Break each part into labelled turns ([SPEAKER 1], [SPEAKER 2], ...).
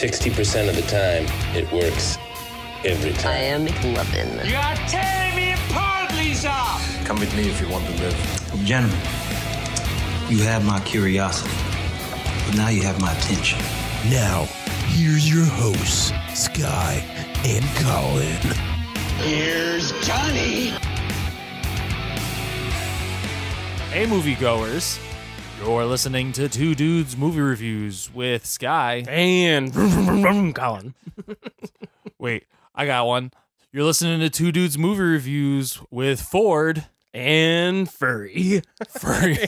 [SPEAKER 1] 60% of the time, it works every time.
[SPEAKER 2] I am McLovin.
[SPEAKER 3] You are tearing me apart, Lisa!
[SPEAKER 4] Gentlemen, you have my curiosity, but now you have my attention.
[SPEAKER 5] Now, here's your hosts, Sky and Colin.
[SPEAKER 6] Hey, moviegoers. You're listening to Two Dudes Movie Reviews with Sky.
[SPEAKER 7] And vroom, vroom, vroom, vroom, Colin.
[SPEAKER 6] Wait, I got one. You're listening to Two Dudes Movie Reviews with Ford.
[SPEAKER 7] And furry.
[SPEAKER 6] Furry.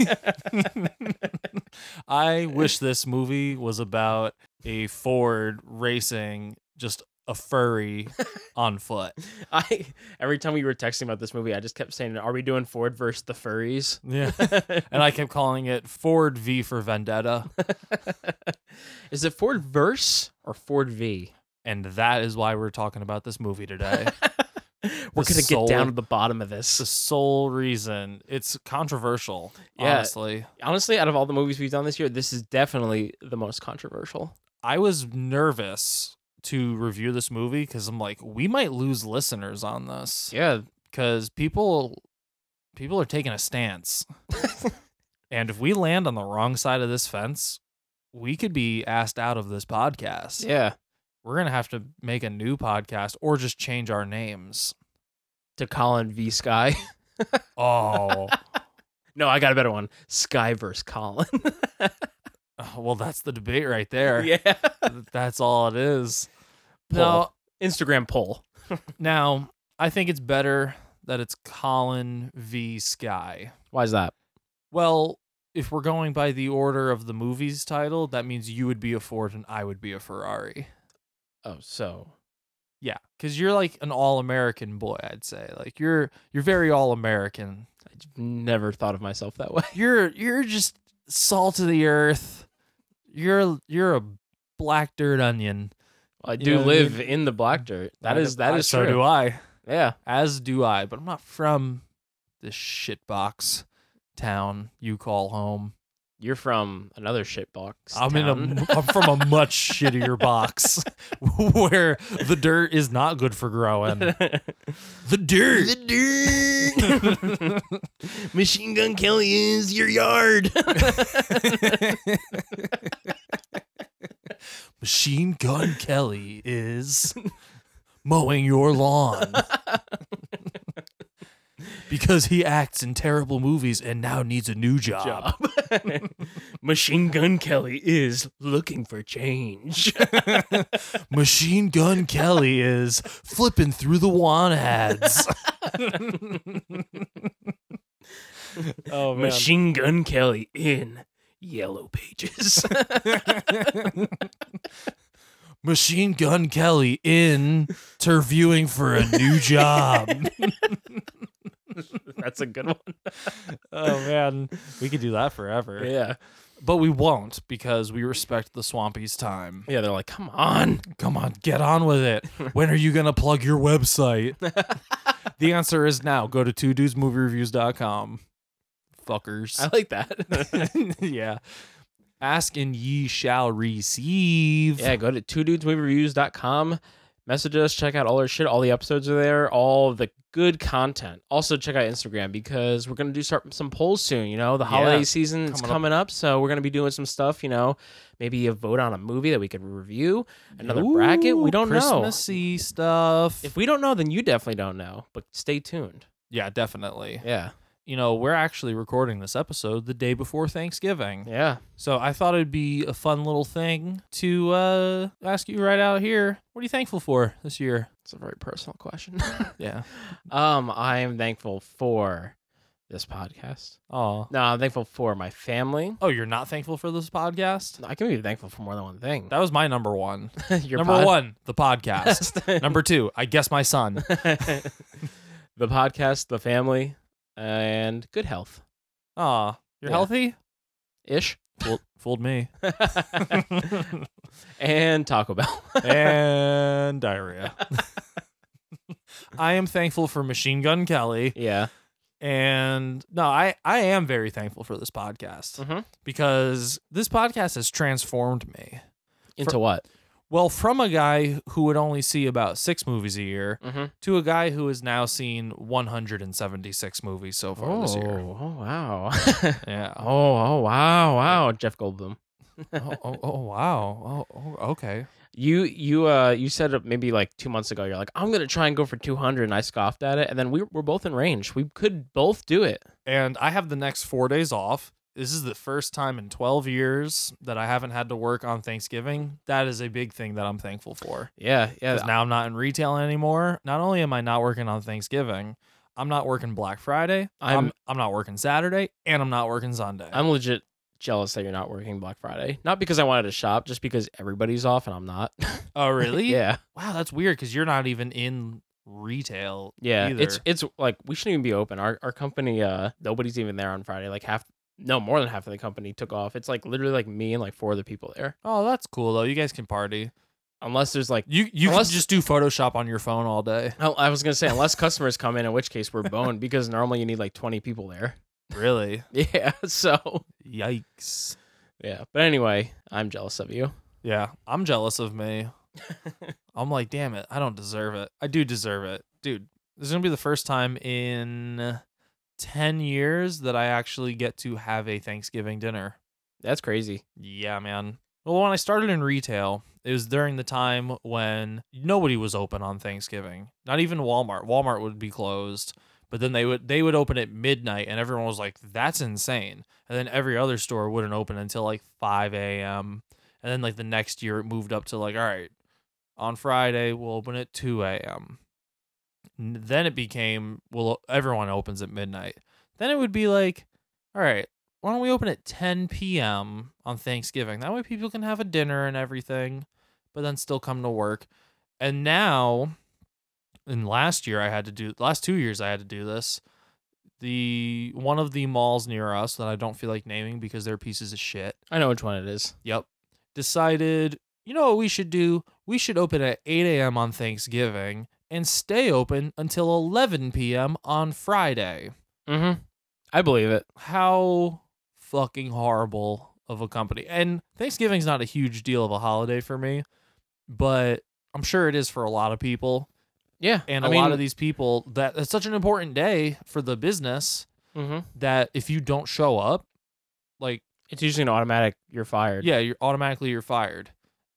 [SPEAKER 6] I wish this movie was about a Ford racing just a furry on foot.
[SPEAKER 7] I every time we were texting about this movie, I just kept saying, Are we doing Ford versus the furries?
[SPEAKER 6] Yeah. and I kept calling it Ford V for Vendetta.
[SPEAKER 7] Is it Ford verse or Ford V?
[SPEAKER 6] And that is why we're talking about this movie today.
[SPEAKER 7] We're
[SPEAKER 6] The
[SPEAKER 7] gonna
[SPEAKER 6] soul-
[SPEAKER 7] get down to the bottom of
[SPEAKER 6] the
[SPEAKER 7] this.
[SPEAKER 6] sole reason. It's controversial,
[SPEAKER 7] Yeah.
[SPEAKER 6] honestly.
[SPEAKER 7] Honestly, out of all the movies we've done this year, this is definitely the most controversial.
[SPEAKER 6] I was nervous to review this movie because I'm like, we might lose listeners on this
[SPEAKER 7] Yeah.
[SPEAKER 6] because people people are taking a stance, and if we land on the wrong side of this fence, we could be asked out of this podcast.
[SPEAKER 7] Yeah.
[SPEAKER 6] We're gonna have to make a new podcast or just change our names.
[SPEAKER 7] To Colin V Sky.
[SPEAKER 6] Oh,
[SPEAKER 7] No, I got a better one. Sky versus Colin.
[SPEAKER 6] well, that's the debate right there.
[SPEAKER 7] yeah.
[SPEAKER 6] That's all it is. No,
[SPEAKER 7] Poll. Instagram poll.
[SPEAKER 6] Now, I think it's better that it's Colin v. Sky.
[SPEAKER 7] Why is that?
[SPEAKER 6] Well, if we're going by the order of the movie's title, that means you would be a Ford and I would be a Ferrari.
[SPEAKER 7] Oh, so
[SPEAKER 6] Yeah, because you're like an all-American boy, I'd say. Like you're you're very all-American.
[SPEAKER 7] I've never thought of myself that way.
[SPEAKER 6] You're you're just salt of the earth. You're you're a black dirt onion.
[SPEAKER 7] I
[SPEAKER 6] You
[SPEAKER 7] do
[SPEAKER 6] know what I
[SPEAKER 7] live
[SPEAKER 6] mean?
[SPEAKER 7] in the black dirt. That
[SPEAKER 6] I-
[SPEAKER 7] is that
[SPEAKER 6] I-
[SPEAKER 7] is
[SPEAKER 6] so
[SPEAKER 7] true.
[SPEAKER 6] do I.
[SPEAKER 7] Yeah.
[SPEAKER 6] As do I, but I'm not from this shitbox town you call home.
[SPEAKER 7] You're from another shit box.
[SPEAKER 6] I'm in
[SPEAKER 7] town.
[SPEAKER 6] a, I'm from a much shittier box where the dirt is not good for growing. The dirt. The dirt.
[SPEAKER 7] Machine Gun Kelly is your yard.
[SPEAKER 6] Machine Gun Kelly is mowing your lawn. because he acts in terrible movies and now needs a new job.
[SPEAKER 7] Job. Machine Gun Kelly is looking for change.
[SPEAKER 6] Machine Gun Kelly is flipping through the want ads. oh
[SPEAKER 7] Machine Gun Kelly in yellow pages.
[SPEAKER 6] Machine Gun Kelly in interviewing for a new job.
[SPEAKER 7] That's a good one.
[SPEAKER 6] oh man, we could do that forever.
[SPEAKER 7] Yeah.
[SPEAKER 6] But we won't because we respect the Swampies' time.
[SPEAKER 7] Yeah, they're like, come on.
[SPEAKER 6] Come on, get on with it. When are you going to plug your website? the answer is now. Go to 2dudesmoviereviews.com.
[SPEAKER 7] I
[SPEAKER 6] Fuckers.
[SPEAKER 7] like that.
[SPEAKER 6] yeah. Ask and ye shall receive.
[SPEAKER 7] Yeah, go to two dudesmoviereviews.com. Message us, check out all our shit. All the episodes are there, all the good content. Also, check out Instagram because we're going to do start some polls soon. You know, the holiday season is
[SPEAKER 6] coming up.
[SPEAKER 7] coming up. So, we're going to be doing some stuff, you know, maybe a vote on a movie that we could review, another bracket. We
[SPEAKER 6] Ooh,
[SPEAKER 7] don't know.
[SPEAKER 6] Christmassy stuff.
[SPEAKER 7] If we don't know, then you definitely don't know, but stay tuned.
[SPEAKER 6] yeah, definitely.
[SPEAKER 7] Yeah.
[SPEAKER 6] you know, we're actually recording this episode the day before Thanksgiving.
[SPEAKER 7] Yeah.
[SPEAKER 6] So I thought it'd be a fun little thing to uh, ask you right out here. What are you thankful for this year?
[SPEAKER 7] It's a very personal question.
[SPEAKER 6] Yeah.
[SPEAKER 7] Um, I am thankful for this podcast.
[SPEAKER 6] Oh.
[SPEAKER 7] No, I'm thankful for my family.
[SPEAKER 6] Oh, you're not thankful for this podcast?
[SPEAKER 7] I can be thankful for more than one thing.
[SPEAKER 6] That was my number one.
[SPEAKER 7] Your
[SPEAKER 6] number
[SPEAKER 7] pod-
[SPEAKER 6] one, the podcast. number two, I guess my son.
[SPEAKER 7] the podcast, the family, and good health
[SPEAKER 6] Aw, you're
[SPEAKER 7] Yeah.
[SPEAKER 6] healthy?
[SPEAKER 7] ish.
[SPEAKER 6] Fooled, fooled me.
[SPEAKER 7] and Taco Bell.
[SPEAKER 6] and diarrhea. I am thankful for Machine Gun Kelly.
[SPEAKER 7] yeah.
[SPEAKER 6] And no, I, I am very thankful for this podcast
[SPEAKER 7] Mhm.
[SPEAKER 6] because this podcast has transformed me.
[SPEAKER 7] Into what?
[SPEAKER 6] Well, from a guy who would only see about six movies a year
[SPEAKER 7] Mhm.
[SPEAKER 6] to a guy who has now seen 176 movies so far this year.
[SPEAKER 7] oh, wow.
[SPEAKER 6] Yeah.
[SPEAKER 7] oh, oh, wow, wow. Jeff Goldblum.
[SPEAKER 6] oh, oh, oh, wow. Oh, oh, okay.
[SPEAKER 7] You you uh you said it maybe like two months ago. You're like I'm gonna try and go for 200, and I scoffed at it. And then we we're both in range. We could both do it.
[SPEAKER 6] And I have the next four days off. This is the first time in 12 years that I haven't had to work on Thanksgiving. That is a big thing that I'm thankful for.
[SPEAKER 7] Yeah, yeah.
[SPEAKER 6] 'Cause now I'm not in retail anymore. Not only am I not working on Thanksgiving, I'm not working Black Friday. I'm I'm,
[SPEAKER 7] I'm-
[SPEAKER 6] not working Saturday, and I'm not working Sunday.
[SPEAKER 7] I'm legit jealous that you're not working Black Friday. Not because I wanted to shop, just because everybody's off and I'm not.
[SPEAKER 6] oh, really?
[SPEAKER 7] yeah,
[SPEAKER 6] Wow, that's weird because you're not even in retail.
[SPEAKER 7] yeah.
[SPEAKER 6] Either.
[SPEAKER 7] It's it's like we shouldn't even be open. Our our company, uh, nobody's even there on Friday. Like half, no more than half of the company took off. It's like literally like me and like four other people there.
[SPEAKER 6] oh, that's cool though. You guys can party.
[SPEAKER 7] Unless there's like.
[SPEAKER 6] You you
[SPEAKER 7] Unless-
[SPEAKER 6] can just do Photoshop on your phone all day.
[SPEAKER 7] I I was gonna say unless customers come in, in which case we're boned because normally you need like twenty people there.
[SPEAKER 6] Really?
[SPEAKER 7] Yeah. So
[SPEAKER 6] Yikes.
[SPEAKER 7] yeah. But anyway, I'm jealous of you.
[SPEAKER 6] Yeah, I'm jealous of me. I'm like, damn it, I don't deserve it. I do deserve it, dude. This is gonna be the first time in ten years that I actually get to have a Thanksgiving dinner.
[SPEAKER 7] That's crazy.
[SPEAKER 6] Yeah, man. Well, when I started in retail, it was during the time when nobody was open on Thanksgiving. Not even Walmart. Walmart would be closed, but then they would they would open at midnight, and everyone was like, "That's insane." And then every other store wouldn't open until like five a.m. And then like the next year, it moved up to like, "All right, on Friday we'll open at two a.m." N- Then it became, "Well, everyone opens at midnight." Then it would be like, "All right, why don't we open at 10 p.m. on Thanksgiving? That way people can have a dinner and everything, but then still come to work. And now, and last year I had to do, last two years I had to do this. The one of the malls near us that I don't feel like naming because they're pieces of shit.
[SPEAKER 7] I know which one it is.
[SPEAKER 6] Yep. Decided, you know what we should do? We should open at 8 a.m. on Thanksgiving and stay open until 11 p.m. on Friday
[SPEAKER 7] Mm-hmm. I believe it.
[SPEAKER 6] how fucking horrible of a company. And Thanksgiving's not a huge deal of a holiday for me, but I'm sure it is for a lot of people.
[SPEAKER 7] Yeah.
[SPEAKER 6] And
[SPEAKER 7] a
[SPEAKER 6] a lot of these people that it's such an important day for the business
[SPEAKER 7] Mm-hmm.
[SPEAKER 6] that if you don't show up, like
[SPEAKER 7] It's usually an automatic. You're fired.
[SPEAKER 6] yeah, you're automatically you're fired.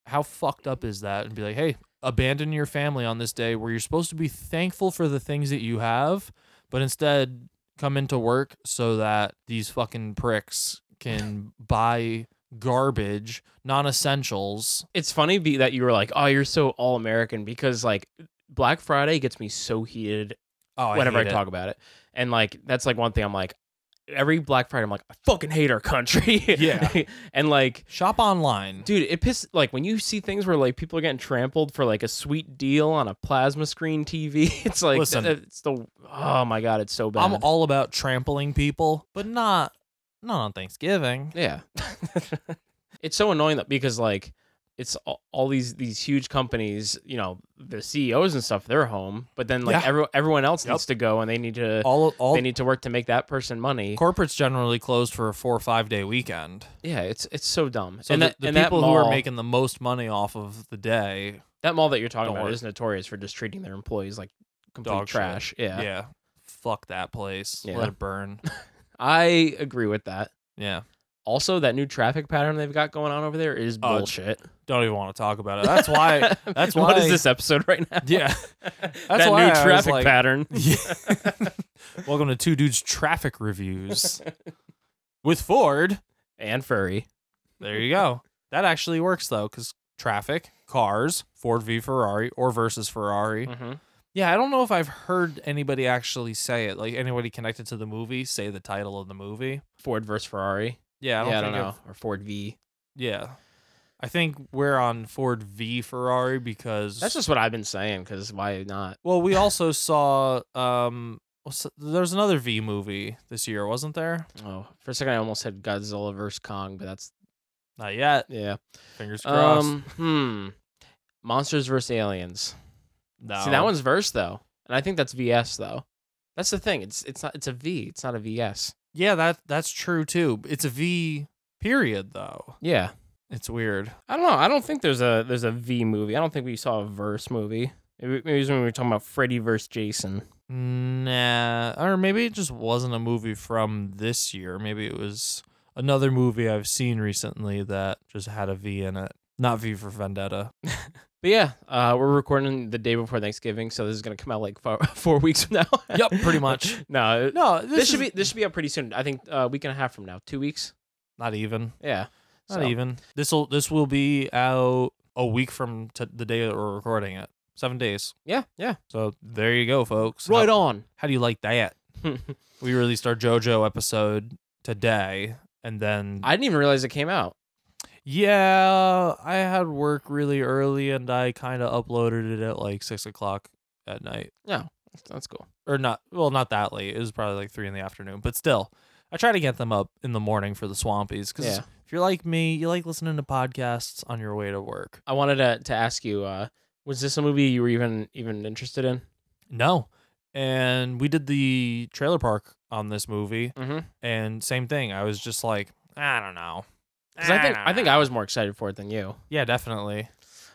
[SPEAKER 6] How fucked up is that? And be like, hey, abandon your family on this day where you're supposed to be thankful for the things that you have, but instead come into work so that these fucking pricks can buy garbage, non-essentials.
[SPEAKER 7] It's funny be- that you were like, "Oh, you're so all American," because like Black Friday gets me so heated
[SPEAKER 6] Oh,
[SPEAKER 7] whenever I, talk about it, and like that's like one thing I'm like, every Black Friday I'm like, I fucking hate our country.
[SPEAKER 6] Yeah.
[SPEAKER 7] and like
[SPEAKER 6] Shop online.
[SPEAKER 7] Dude, it pisses like when you see things where like people are getting trampled for like a sweet deal on a plasma screen TV. It's like
[SPEAKER 6] Listen.
[SPEAKER 7] th- it's the oh my god, it's so bad.
[SPEAKER 6] I'm all about trampling people, but not not on Thanksgiving.
[SPEAKER 7] yeah. it's so annoying that because like it's all, all these these huge companies, you know, the CEOs and stuff, they're home, but then like
[SPEAKER 6] Yeah.
[SPEAKER 7] every, everyone else
[SPEAKER 6] Yep.
[SPEAKER 7] needs to go and they need to
[SPEAKER 6] All all
[SPEAKER 7] they need to work to make that person money.
[SPEAKER 6] corporates generally closed for a 4 or 5 day weekend.
[SPEAKER 7] yeah, it's it's so dumb.
[SPEAKER 6] So
[SPEAKER 7] and
[SPEAKER 6] the,
[SPEAKER 7] that,
[SPEAKER 6] the
[SPEAKER 7] and
[SPEAKER 6] people
[SPEAKER 7] that
[SPEAKER 6] who are
[SPEAKER 7] mall-
[SPEAKER 6] making the most money off of the day,
[SPEAKER 7] that mall that you're talking
[SPEAKER 6] Don't
[SPEAKER 7] about
[SPEAKER 6] work.
[SPEAKER 7] is notorious for just treating their employees like complete
[SPEAKER 6] Dog shit.
[SPEAKER 7] trash.
[SPEAKER 6] yeah, fuck that place.
[SPEAKER 7] Yeah.
[SPEAKER 6] Let it burn.
[SPEAKER 7] I agree with that.
[SPEAKER 6] yeah,
[SPEAKER 7] Also, that new traffic pattern they've got going on over there is
[SPEAKER 6] Oh,
[SPEAKER 7] bullshit.
[SPEAKER 6] don't even want to talk about it. That's why. That's why.
[SPEAKER 7] What is this episode right now?
[SPEAKER 6] Yeah.
[SPEAKER 7] that
[SPEAKER 6] why I
[SPEAKER 7] new
[SPEAKER 6] was
[SPEAKER 7] traffic
[SPEAKER 6] like-
[SPEAKER 7] pattern.
[SPEAKER 6] Welcome to Two Dudes Traffic Reviews with Ford.
[SPEAKER 7] and furry.
[SPEAKER 6] There you go. That actually
[SPEAKER 7] Hmm. Mm-hmm.
[SPEAKER 6] works though, because traffic, cars, Ford v Ferrari or versus Ferrari. Yeah, I don't know if I've heard anybody actually say it. Like anybody connected to the movie say the title of the movie.
[SPEAKER 7] Ford versus Ferrari.
[SPEAKER 6] Yeah, I don't,
[SPEAKER 7] yeah, I
[SPEAKER 6] think
[SPEAKER 7] don't know.
[SPEAKER 6] I've-
[SPEAKER 7] Or Ford V.
[SPEAKER 6] yeah, I think we're on Ford v Ferrari because
[SPEAKER 7] That's just what I've been saying. Because why not?
[SPEAKER 6] Well, we also saw um what's, there's another V movie this year, wasn't there?
[SPEAKER 7] Oh, for a second I almost said Godzilla versus Kong, but that's
[SPEAKER 6] Not yet.
[SPEAKER 7] yeah.
[SPEAKER 6] Fingers crossed.
[SPEAKER 7] Um, hmm. Monsters versus aliens.
[SPEAKER 6] no.
[SPEAKER 7] See, that one's verse though, and I think that's VS though. That's the thing. It's it's not it's a V. It's not a VS.
[SPEAKER 6] Yeah, that that's true too. It's a V period though.
[SPEAKER 7] Yeah.
[SPEAKER 6] It's weird.
[SPEAKER 7] I don't know. I don't think there's a there's a V movie. I don't think we saw a verse movie. Maybe, maybe it was when we were talking about Freddy versus Jason.
[SPEAKER 6] Nah, or maybe it just wasn't a movie from this year. Maybe it was another movie I've seen recently that just had a V in it. Not V for Vendetta.
[SPEAKER 7] But yeah, uh, we're recording the day before Thanksgiving, so this is gonna come out like four, four weeks from now.
[SPEAKER 6] Yep, pretty much.
[SPEAKER 7] no, uh, this,
[SPEAKER 6] No, this,
[SPEAKER 7] should
[SPEAKER 6] is-
[SPEAKER 7] be this should be out pretty soon. I think uh, a week and a half from now, two weeks.
[SPEAKER 6] not even.
[SPEAKER 7] Yeah,
[SPEAKER 6] Not
[SPEAKER 7] So,
[SPEAKER 6] even. This will this will be out a week from t- the day that we're recording it. Seven days.
[SPEAKER 7] Yeah, yeah.
[SPEAKER 6] So there you go, folks.
[SPEAKER 7] Right
[SPEAKER 6] how,
[SPEAKER 7] on.
[SPEAKER 6] How do you like that? we released our JoJo episode today, and then
[SPEAKER 7] I didn't even realize it came out.
[SPEAKER 6] yeah, I had work really early, and I kind of uploaded it at like six o'clock at night,
[SPEAKER 7] No, that's- that's cool.
[SPEAKER 6] or not. Well, not that late. It was probably like three in the afternoon, but still, I try to get them up in the morning for the Swampies because
[SPEAKER 7] Yeah.
[SPEAKER 6] if you're like me, you like listening to podcasts on your way to work.
[SPEAKER 7] I wanted to to ask you, uh, was this a movie you were even even interested in?
[SPEAKER 6] No. And we did the trailer park on this movie,
[SPEAKER 7] Mm-hmm.
[SPEAKER 6] and same thing. I was just like, I don't know.
[SPEAKER 7] Because I think I think I was more excited for it than you.
[SPEAKER 6] yeah, definitely.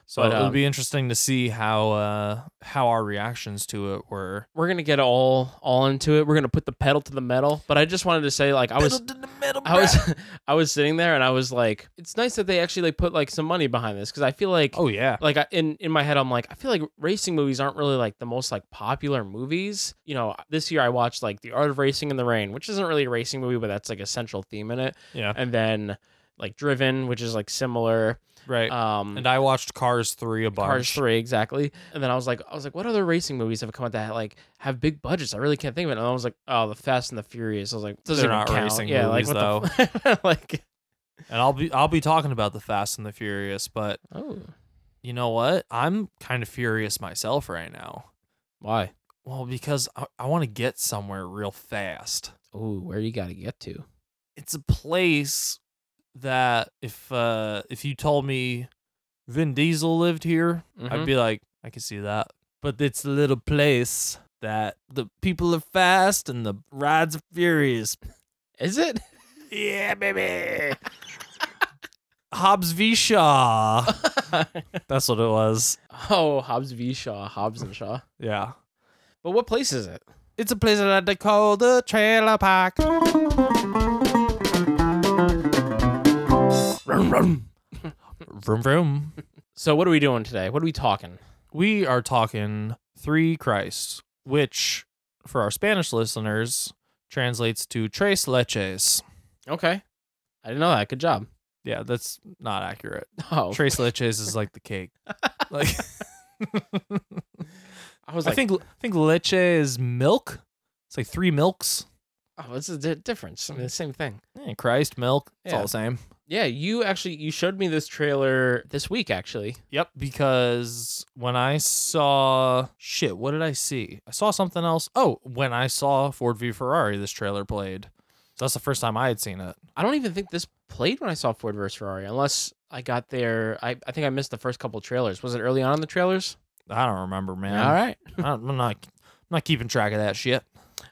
[SPEAKER 6] So
[SPEAKER 7] But,
[SPEAKER 6] it'll
[SPEAKER 7] um,
[SPEAKER 6] be interesting to see how uh, how our reactions to it were.
[SPEAKER 7] We're gonna get all all into it. We're gonna put the pedal to the metal. But I just wanted to say, like, I was I was I was sitting there and I was like, it's nice that they actually like, put like some money behind this because I feel like
[SPEAKER 6] Oh yeah,
[SPEAKER 7] like I, in in my head I'm like I feel like racing movies aren't really like the most like popular movies. You know, this year I watched like The Art of Racing in the Rain, which isn't really a racing movie, but that's like a central theme in it.
[SPEAKER 6] yeah,
[SPEAKER 7] And then like Driven, which is like similar.
[SPEAKER 6] right.
[SPEAKER 7] Um
[SPEAKER 6] and I watched Cars three a bunch.
[SPEAKER 7] Cars three exactly, and then I was like, I was like, what other racing movies have come out that like have big budgets? I really can't think of it. And I was like, oh, the Fast and the Furious. I was like, doesn't
[SPEAKER 6] They're
[SPEAKER 7] even
[SPEAKER 6] not
[SPEAKER 7] count.
[SPEAKER 6] racing
[SPEAKER 7] yeah,
[SPEAKER 6] movies,
[SPEAKER 7] like, what the f- like,
[SPEAKER 6] and I'll be I'll be talking about the Fast and the Furious, but
[SPEAKER 7] oh,
[SPEAKER 6] you know what? I'm kind of furious myself right now.
[SPEAKER 7] why?
[SPEAKER 6] Well, because I, I want to get somewhere real fast.
[SPEAKER 7] Oh, where you got to get to?
[SPEAKER 6] it's a place that if uh if you told me Vin Diesel lived here, I'd
[SPEAKER 7] Mhm.
[SPEAKER 6] be like, I can see that. But it's a little place that the people are fast and the rides are furious.
[SPEAKER 7] Is it?
[SPEAKER 6] Yeah, baby. Hobbs v. Shaw. That's what it was.
[SPEAKER 7] oh, Hobbs v Shaw, Hobbs and Shaw.
[SPEAKER 6] Yeah.
[SPEAKER 7] But what place is it?
[SPEAKER 6] It's a place that they call the trailer park. vroom vroom.
[SPEAKER 7] So what are we doing today? What are we talking?
[SPEAKER 6] we are talking three Christs, which for our Spanish listeners translates to tres leches.
[SPEAKER 7] Okay, I didn't know that. Good job.
[SPEAKER 6] Yeah, that's not accurate.
[SPEAKER 7] Oh,
[SPEAKER 6] Tres leches is like the cake. Like,
[SPEAKER 7] I was
[SPEAKER 6] I
[SPEAKER 7] like,
[SPEAKER 6] think I think leche is milk. It's like three milks.
[SPEAKER 7] oh, what's the di- difference? I mean, the same thing.
[SPEAKER 6] Yeah, Christ, milk. It's all
[SPEAKER 7] Yeah.
[SPEAKER 6] the same.
[SPEAKER 7] Yeah, you actually you showed me this trailer this week actually.
[SPEAKER 6] Yep, because when I saw shit, what did I see? I saw something else. Oh, when I saw Ford v Ferrari, this trailer played. So that's the first time I had seen it.
[SPEAKER 7] I don't even think this played when I saw Ford versus Ferrari, unless I got there. I, I think I missed the first couple trailers. Was it early on in the trailers?
[SPEAKER 6] I don't remember, man.
[SPEAKER 7] All right.
[SPEAKER 6] I don't- I'm not, I'm not keeping track of that shit.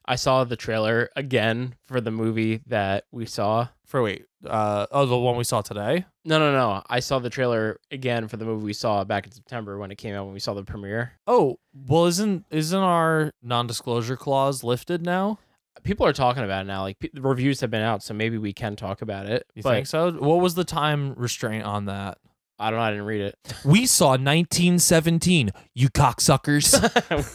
[SPEAKER 7] I saw the trailer again for the movie that we saw.
[SPEAKER 6] For wait, uh, oh, the one we saw today.
[SPEAKER 7] No, no, no. I saw the trailer again for the movie we saw back in September when it came out when we saw the premiere.
[SPEAKER 6] Oh, well, isn't isn't our non-disclosure clause lifted now?
[SPEAKER 7] People are talking about it now. Like pe- the reviews have been out, so maybe we can talk about it.
[SPEAKER 6] You
[SPEAKER 7] but
[SPEAKER 6] think so? What was the time restraint on that?
[SPEAKER 7] I don't know. I didn't read it.
[SPEAKER 6] We saw 1917. You cocksuckers.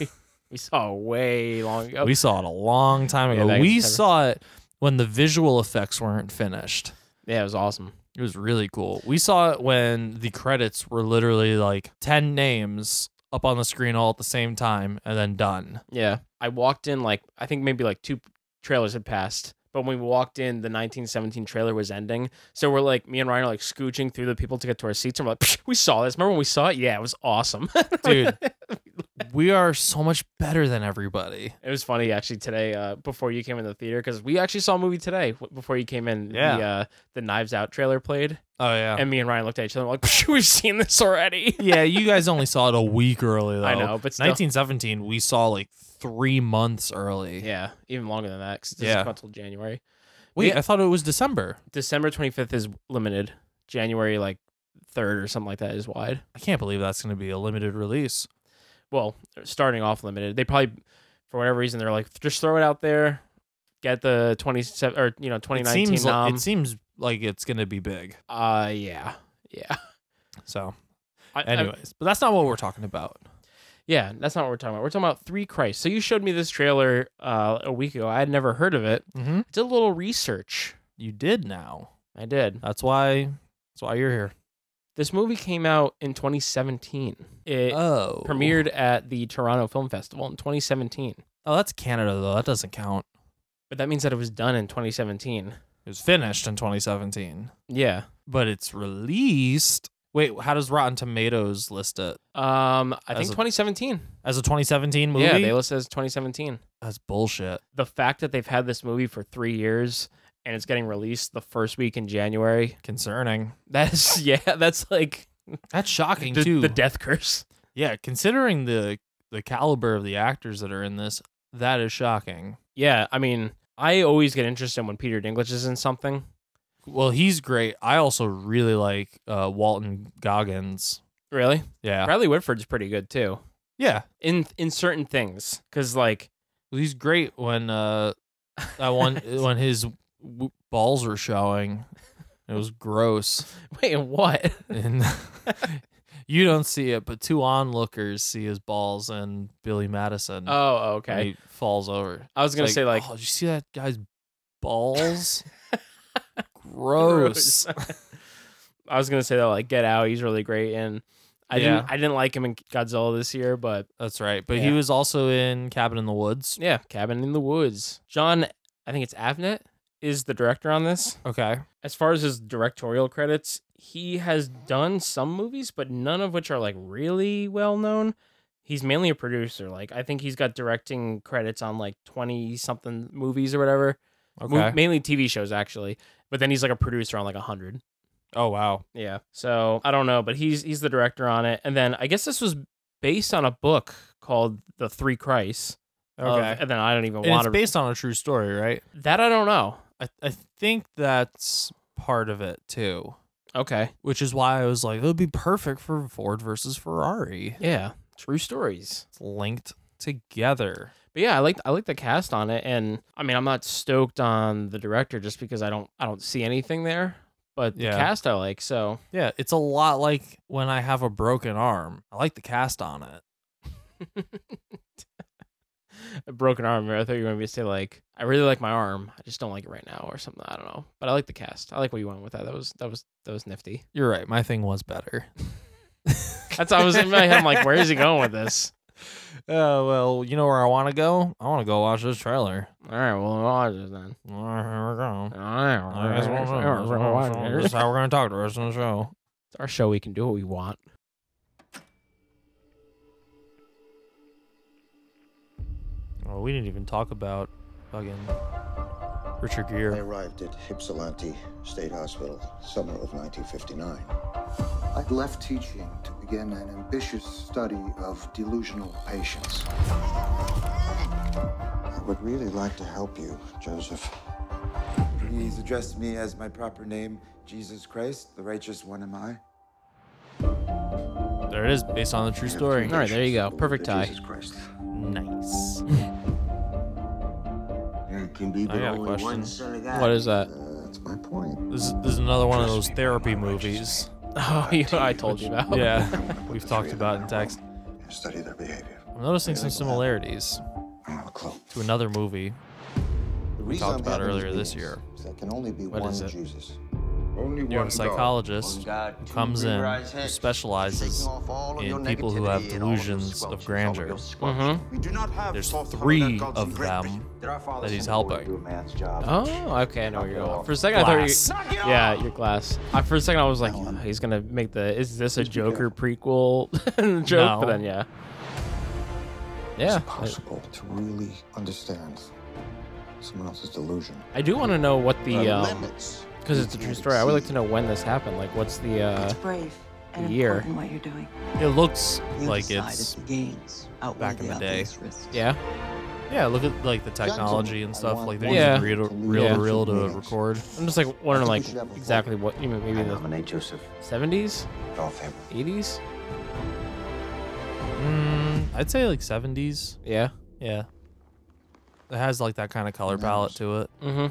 [SPEAKER 7] we, we saw it way long ago.
[SPEAKER 6] we saw it a long time
[SPEAKER 7] Yeah,
[SPEAKER 6] ago.
[SPEAKER 7] back in
[SPEAKER 6] we
[SPEAKER 7] September.
[SPEAKER 6] saw it when the visual effects weren't finished.
[SPEAKER 7] yeah, it was awesome.
[SPEAKER 6] It was really cool. We saw it when the credits were literally like 10 names up on the screen all at the same time and then done.
[SPEAKER 7] Yeah. I walked in like I think maybe like two trailers had passed. But when we walked in, the 1917 trailer was ending. So we're like, me and Ryan are like scooching through the people to get to our seats. And we're like, "Psh, we saw this. Remember when we saw it? Yeah, it was awesome.
[SPEAKER 6] Dude, we are so much better than everybody.
[SPEAKER 7] It was funny actually today uh, before you came in the theater because we actually saw a movie today w- before you came in.
[SPEAKER 6] Yeah.
[SPEAKER 7] The, uh, the Knives Out trailer played,
[SPEAKER 6] Oh yeah.
[SPEAKER 7] and me and Ryan looked at each other and we're like, "Psh, we've seen this already.
[SPEAKER 6] yeah, you guys only saw it a week early though.
[SPEAKER 7] I know, but still.
[SPEAKER 6] 1917 we saw like 3 months early.
[SPEAKER 7] yeah, even longer than that because it
[SPEAKER 6] Yeah.
[SPEAKER 7] doesn't come until January.
[SPEAKER 6] Wait,
[SPEAKER 7] Yeah.
[SPEAKER 6] I thought it was December.
[SPEAKER 7] December 25th is limited. January like third or something like that is wide.
[SPEAKER 6] I can't believe that's going to be a limited release.
[SPEAKER 7] Well, starting off limited. They probably for whatever reason they're like just throw it out there, get the 27 or you know
[SPEAKER 6] It
[SPEAKER 7] 2019
[SPEAKER 6] seems
[SPEAKER 7] nom.
[SPEAKER 6] like, it seems like it's going to be big.
[SPEAKER 7] uh yeah yeah. Uh,
[SPEAKER 6] So,
[SPEAKER 7] I- I-
[SPEAKER 6] anyways, but that's not what we're talking about.
[SPEAKER 7] Yeah, that's not what we're talking about. We're talking about Three Christ. So you showed me this trailer uh, a week ago. I had never heard of it.
[SPEAKER 6] Mm-hmm.
[SPEAKER 7] I did a little research.
[SPEAKER 6] You did now.
[SPEAKER 7] I did.
[SPEAKER 6] That's why. That's why you're here.
[SPEAKER 7] This movie came out in 2017. It
[SPEAKER 6] oh,
[SPEAKER 7] premiered at the Toronto Film Festival in 2017.
[SPEAKER 6] Oh, that's Canada though. That doesn't count.
[SPEAKER 7] But that means that it was done in 2017.
[SPEAKER 6] It was finished in 2017,
[SPEAKER 7] Yeah.
[SPEAKER 6] but it's released. Wait, how does Rotten Tomatoes list it
[SPEAKER 7] Um, I
[SPEAKER 6] As
[SPEAKER 7] think
[SPEAKER 6] of-
[SPEAKER 7] 2017.
[SPEAKER 6] as a 2017 movie?
[SPEAKER 7] Yeah, they list it as 2017.
[SPEAKER 6] that's bullshit.
[SPEAKER 7] The fact that they've had this movie for three years and it's getting released the first week in January.
[SPEAKER 6] Concerning.
[SPEAKER 7] That's yeah. That's like
[SPEAKER 6] That's shocking
[SPEAKER 7] the,
[SPEAKER 6] too.
[SPEAKER 7] the death curse.
[SPEAKER 6] yeah, considering the the caliber of the actors that are in this, that is shocking.
[SPEAKER 7] Yeah, I mean, I always get interested when Peter Dinklage is in something.
[SPEAKER 6] Well, he's great. I also really like uh, Walton Goggins.
[SPEAKER 7] Really,
[SPEAKER 6] Yeah.
[SPEAKER 7] Bradley Whitford's pretty good too
[SPEAKER 6] Yeah.
[SPEAKER 7] in in certain things. Cause like,
[SPEAKER 6] Well, he's great when uh that one when his w- balls were showing. It was gross.
[SPEAKER 7] wait, what?
[SPEAKER 6] And you don't see it, but two onlookers see his balls and Billy Madison.
[SPEAKER 7] Oh,
[SPEAKER 6] and
[SPEAKER 7] okay.
[SPEAKER 6] he falls over.
[SPEAKER 7] I was gonna
[SPEAKER 6] Mm. It's
[SPEAKER 7] say like,
[SPEAKER 6] oh, did you see that guy's balls? oh, gross.
[SPEAKER 7] I was gonna say that like Get Out. He's really great, and I
[SPEAKER 6] Yeah.
[SPEAKER 7] didn't I didn't like him in Godzilla this year, but
[SPEAKER 6] That's right. But he
[SPEAKER 7] Yeah.
[SPEAKER 6] was also in Cabin in the Woods.
[SPEAKER 7] yeah, Cabin in the Woods. John, I think it's Avnet is the director on this.
[SPEAKER 6] Okay.
[SPEAKER 7] As far as his directorial credits, he has done some movies, but none of which are like really well known. He's mainly a producer. Like I think he's got directing credits on like twenty something movies or whatever, Mo-
[SPEAKER 6] Okay.
[SPEAKER 7] mainly TV shows actually. But then he's like a producer on like hundred.
[SPEAKER 6] Oh wow.
[SPEAKER 7] Yeah. So I don't know, but he's he's the director on it. And then I guess this was based on a book called The Three Christs. of-
[SPEAKER 6] Okay.
[SPEAKER 7] and then I don't even
[SPEAKER 6] And
[SPEAKER 7] want
[SPEAKER 6] it's
[SPEAKER 7] to
[SPEAKER 6] based on a true story, right?
[SPEAKER 7] that. I don't know.
[SPEAKER 6] I, I think that's part of it too,
[SPEAKER 7] Okay.
[SPEAKER 6] which is why I was like, it would be perfect for Ford versus Ferrari.
[SPEAKER 7] Yeah. True stories.
[SPEAKER 6] It's linked together.
[SPEAKER 7] But yeah, I like I like the cast on it, and I mean I'm not stoked on the director just because I don't I don't see anything there. But
[SPEAKER 6] Yeah.
[SPEAKER 7] the cast I like, so
[SPEAKER 6] Yeah, it's a lot like when I have a broken arm. I like the cast on it.
[SPEAKER 7] a broken arm. I thought you were gonna be say like I really like my arm, I just don't like it right now or something. I don't know, but I like the cast. I like what you went with that. That was that was that was nifty.
[SPEAKER 6] You're right. My thing was better.
[SPEAKER 7] That's I was in my head. I'm like, where is he going with this?
[SPEAKER 6] Uh, well, you know where I want to go? I want to go watch this trailer.
[SPEAKER 7] All right, well watch this then.
[SPEAKER 6] All right, here we go.
[SPEAKER 7] All right, all
[SPEAKER 6] I
[SPEAKER 7] right,
[SPEAKER 6] guess
[SPEAKER 7] all
[SPEAKER 6] we'll
[SPEAKER 7] right,
[SPEAKER 6] do.
[SPEAKER 7] all right, all right, all right.
[SPEAKER 6] This is how we're going to talk to the rest of the show.
[SPEAKER 7] It's our show. We can do what we want.
[SPEAKER 6] Oh, we didn't even talk about fucking Richard
[SPEAKER 2] I
[SPEAKER 6] Gere.
[SPEAKER 2] arrived at Ypsilanti State Hospital, summer of 1959. I left teaching to begin an ambitious study of delusional patients. I would really like to help you, Joseph.
[SPEAKER 8] He's addressed me as my proper name, Jesus Christ, the righteous one am I.
[SPEAKER 6] There it is, based on the true
[SPEAKER 2] I
[SPEAKER 6] story.
[SPEAKER 2] have
[SPEAKER 7] All right, there you go.
[SPEAKER 2] conditions,
[SPEAKER 7] Perfect
[SPEAKER 2] Lord
[SPEAKER 7] tie.
[SPEAKER 2] Jesus Christ.
[SPEAKER 6] Nice.
[SPEAKER 2] There can be
[SPEAKER 6] I got a question.
[SPEAKER 7] What is that?
[SPEAKER 2] Uh, that's my point.
[SPEAKER 6] This is, this is another one of those therapy movies.
[SPEAKER 7] Oh, you, I told you about.
[SPEAKER 6] Yeah, we've talked about in text.
[SPEAKER 2] and study their behavior.
[SPEAKER 6] I'm noticing some similarities
[SPEAKER 2] I don't have a clue.
[SPEAKER 6] to another movie.
[SPEAKER 2] The
[SPEAKER 6] talked about earlier this year.
[SPEAKER 2] There can only be
[SPEAKER 7] What
[SPEAKER 2] one
[SPEAKER 7] is it?
[SPEAKER 2] Jesus.
[SPEAKER 6] you have a psychologist who comes in who specializes in people who have delusions of grandeur. There's three of them that he's helping.
[SPEAKER 7] Oh, okay. I know where you're going. For a second, I thought you. Yeah, your glass. I, for a second, I was like, "Oh, he's gonna make the. Is this a Joker prequel joke? But
[SPEAKER 6] No.
[SPEAKER 7] then, yeah. Yeah.
[SPEAKER 2] It's possible to really understand someone else's delusion.
[SPEAKER 7] I do want to know what the.
[SPEAKER 2] Uh,
[SPEAKER 7] um
[SPEAKER 2] limits.
[SPEAKER 7] 'cause because it's a true story. I would like to know when this happened. Like, what's the uh,
[SPEAKER 9] brave and
[SPEAKER 7] year.
[SPEAKER 9] important what you're doing.
[SPEAKER 6] It looks like
[SPEAKER 9] decide
[SPEAKER 6] it's
[SPEAKER 9] if the gains outweigh
[SPEAKER 6] back in the day.
[SPEAKER 9] obvious risks.
[SPEAKER 7] Yeah.
[SPEAKER 6] Yeah, look at like the technology and stuff. Like they're
[SPEAKER 7] Yeah.
[SPEAKER 6] using reel to reel,
[SPEAKER 7] Yeah.
[SPEAKER 6] to, reel to record.
[SPEAKER 7] I'm just like wondering, like exactly what you know, maybe the Joseph. 70s, 80s.
[SPEAKER 6] Mm, I'd say like 70s.
[SPEAKER 7] Yeah.
[SPEAKER 6] Yeah. It has like that kind of color palette to it.
[SPEAKER 7] Mm-hmm.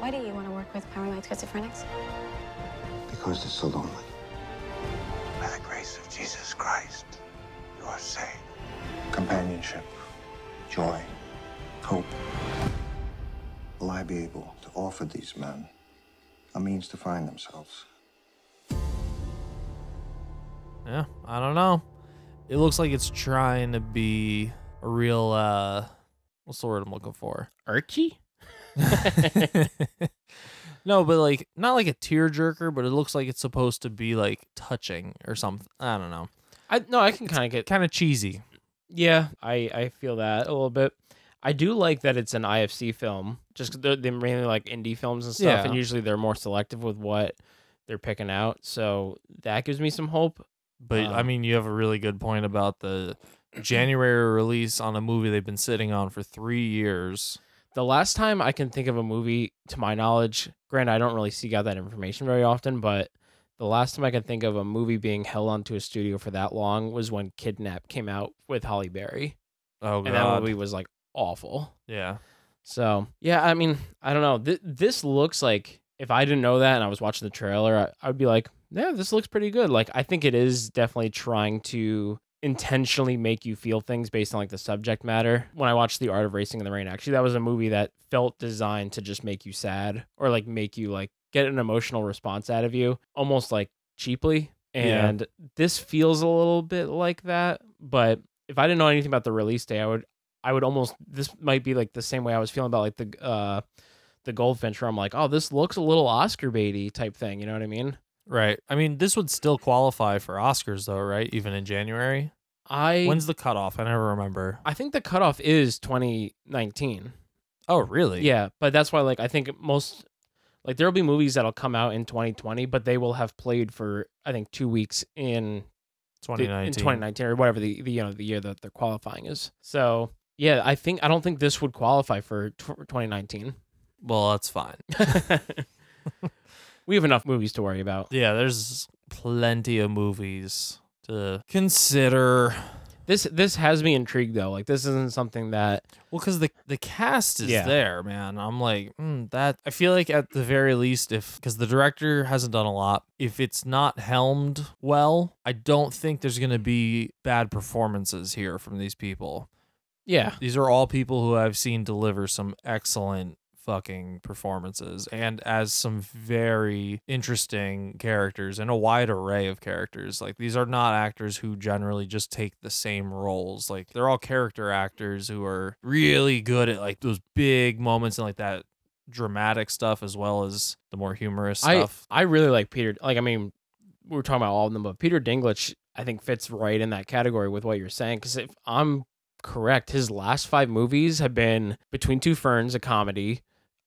[SPEAKER 10] Why do you want to work with paranoid schizophrenics?
[SPEAKER 2] Because it's so lonely.
[SPEAKER 11] By the grace of Jesus Christ, you are saved.
[SPEAKER 2] Companionship, joy, hope. Will I be able to offer these men a means to find themselves?
[SPEAKER 6] Yeah, I don't know. It looks like it's trying to be a real uh what's the word I'm looking for?
[SPEAKER 7] Archie?
[SPEAKER 6] no, but like not like a tearjerker, but it looks like it's supposed to be like touching or something. I don't know.
[SPEAKER 7] I no, I can kind of get
[SPEAKER 6] kind of cheesy.
[SPEAKER 7] Yeah, I I feel that a little bit. I do like that it's an IFC film, just 'cause they're, they're mainly like indie films and stuff, and
[SPEAKER 6] Yeah.
[SPEAKER 7] usually they're more selective with what they're picking out. So that gives me some hope.
[SPEAKER 6] But I
[SPEAKER 7] Um,
[SPEAKER 6] mean, you have a really good point about the January release on a movie they've been sitting on for three years.
[SPEAKER 7] The last time I can think of a movie, to my knowledge, granted, I don't really seek out that information very often, but the last time I can think of a movie being held onto a studio for that long was when Kidnap came out with Holly Berry.
[SPEAKER 6] Oh,
[SPEAKER 7] And that
[SPEAKER 6] God.
[SPEAKER 7] movie was like awful.
[SPEAKER 6] Yeah.
[SPEAKER 7] So, yeah, I mean, I don't know. Th- this looks like if I didn't know that and I was watching the trailer, I- I'd be like, yeah, this looks pretty good. Like, I think it is definitely trying to intentionally make you feel things based on like the subject matter. When I watched The Art of Racing in the Rain, actually, that was a movie that felt designed to just make you sad or like make you like get an emotional response out of you almost like cheaply.
[SPEAKER 6] Yeah.
[SPEAKER 7] And this feels a little bit like that, but if I didn't know anything about the release day, I would I would almost this might be like the same way I was feeling about like the uh the goldfinch where I'm like, oh, this looks a little Oscar baity type thing. You know what I mean?
[SPEAKER 6] Right. I mean, this would still qualify for Oscars, though, right? Even in January.
[SPEAKER 7] I
[SPEAKER 6] When's the cutoff? I never remember.
[SPEAKER 7] I think the cutoff is 2019.
[SPEAKER 6] Oh, really?
[SPEAKER 7] Yeah, but that's why like I think most like there'll be movies that'll come out in 2020, but they will have played for I think two weeks in the- in
[SPEAKER 6] 2019.
[SPEAKER 7] 2019 or whatever the, the you know the year that they're qualifying is. So yeah, I think I don't think this would qualify for tw 2019.
[SPEAKER 6] Well, that's fine.
[SPEAKER 7] we have enough movies to worry about.
[SPEAKER 6] Yeah, there's plenty of movies to consider.
[SPEAKER 7] This this has me intrigued though. Like this isn't something that
[SPEAKER 6] Well, because the the cast is
[SPEAKER 7] Yeah.
[SPEAKER 6] there, man. I'm like mm, that. I feel like at the very least, if because the director hasn't done a lot, if it's not helmed well, I don't think there's gonna be bad performances here from these people.
[SPEAKER 7] Yeah.
[SPEAKER 6] these are all people who I've seen deliver some excellent fucking performances and as some very interesting characters and a wide array of characters like these are not actors who generally just take the same roles like they're all character actors who are really good at like those big moments and like that dramatic stuff as well as the more humorous
[SPEAKER 7] I
[SPEAKER 6] stuff
[SPEAKER 7] I really like Peter. Like I mean, we were talking about all of them, but Peter Dinklage I think fits right in that category with what you're saying. Because if I'm correct, his last five movies have been Between Two Ferns, a comedy,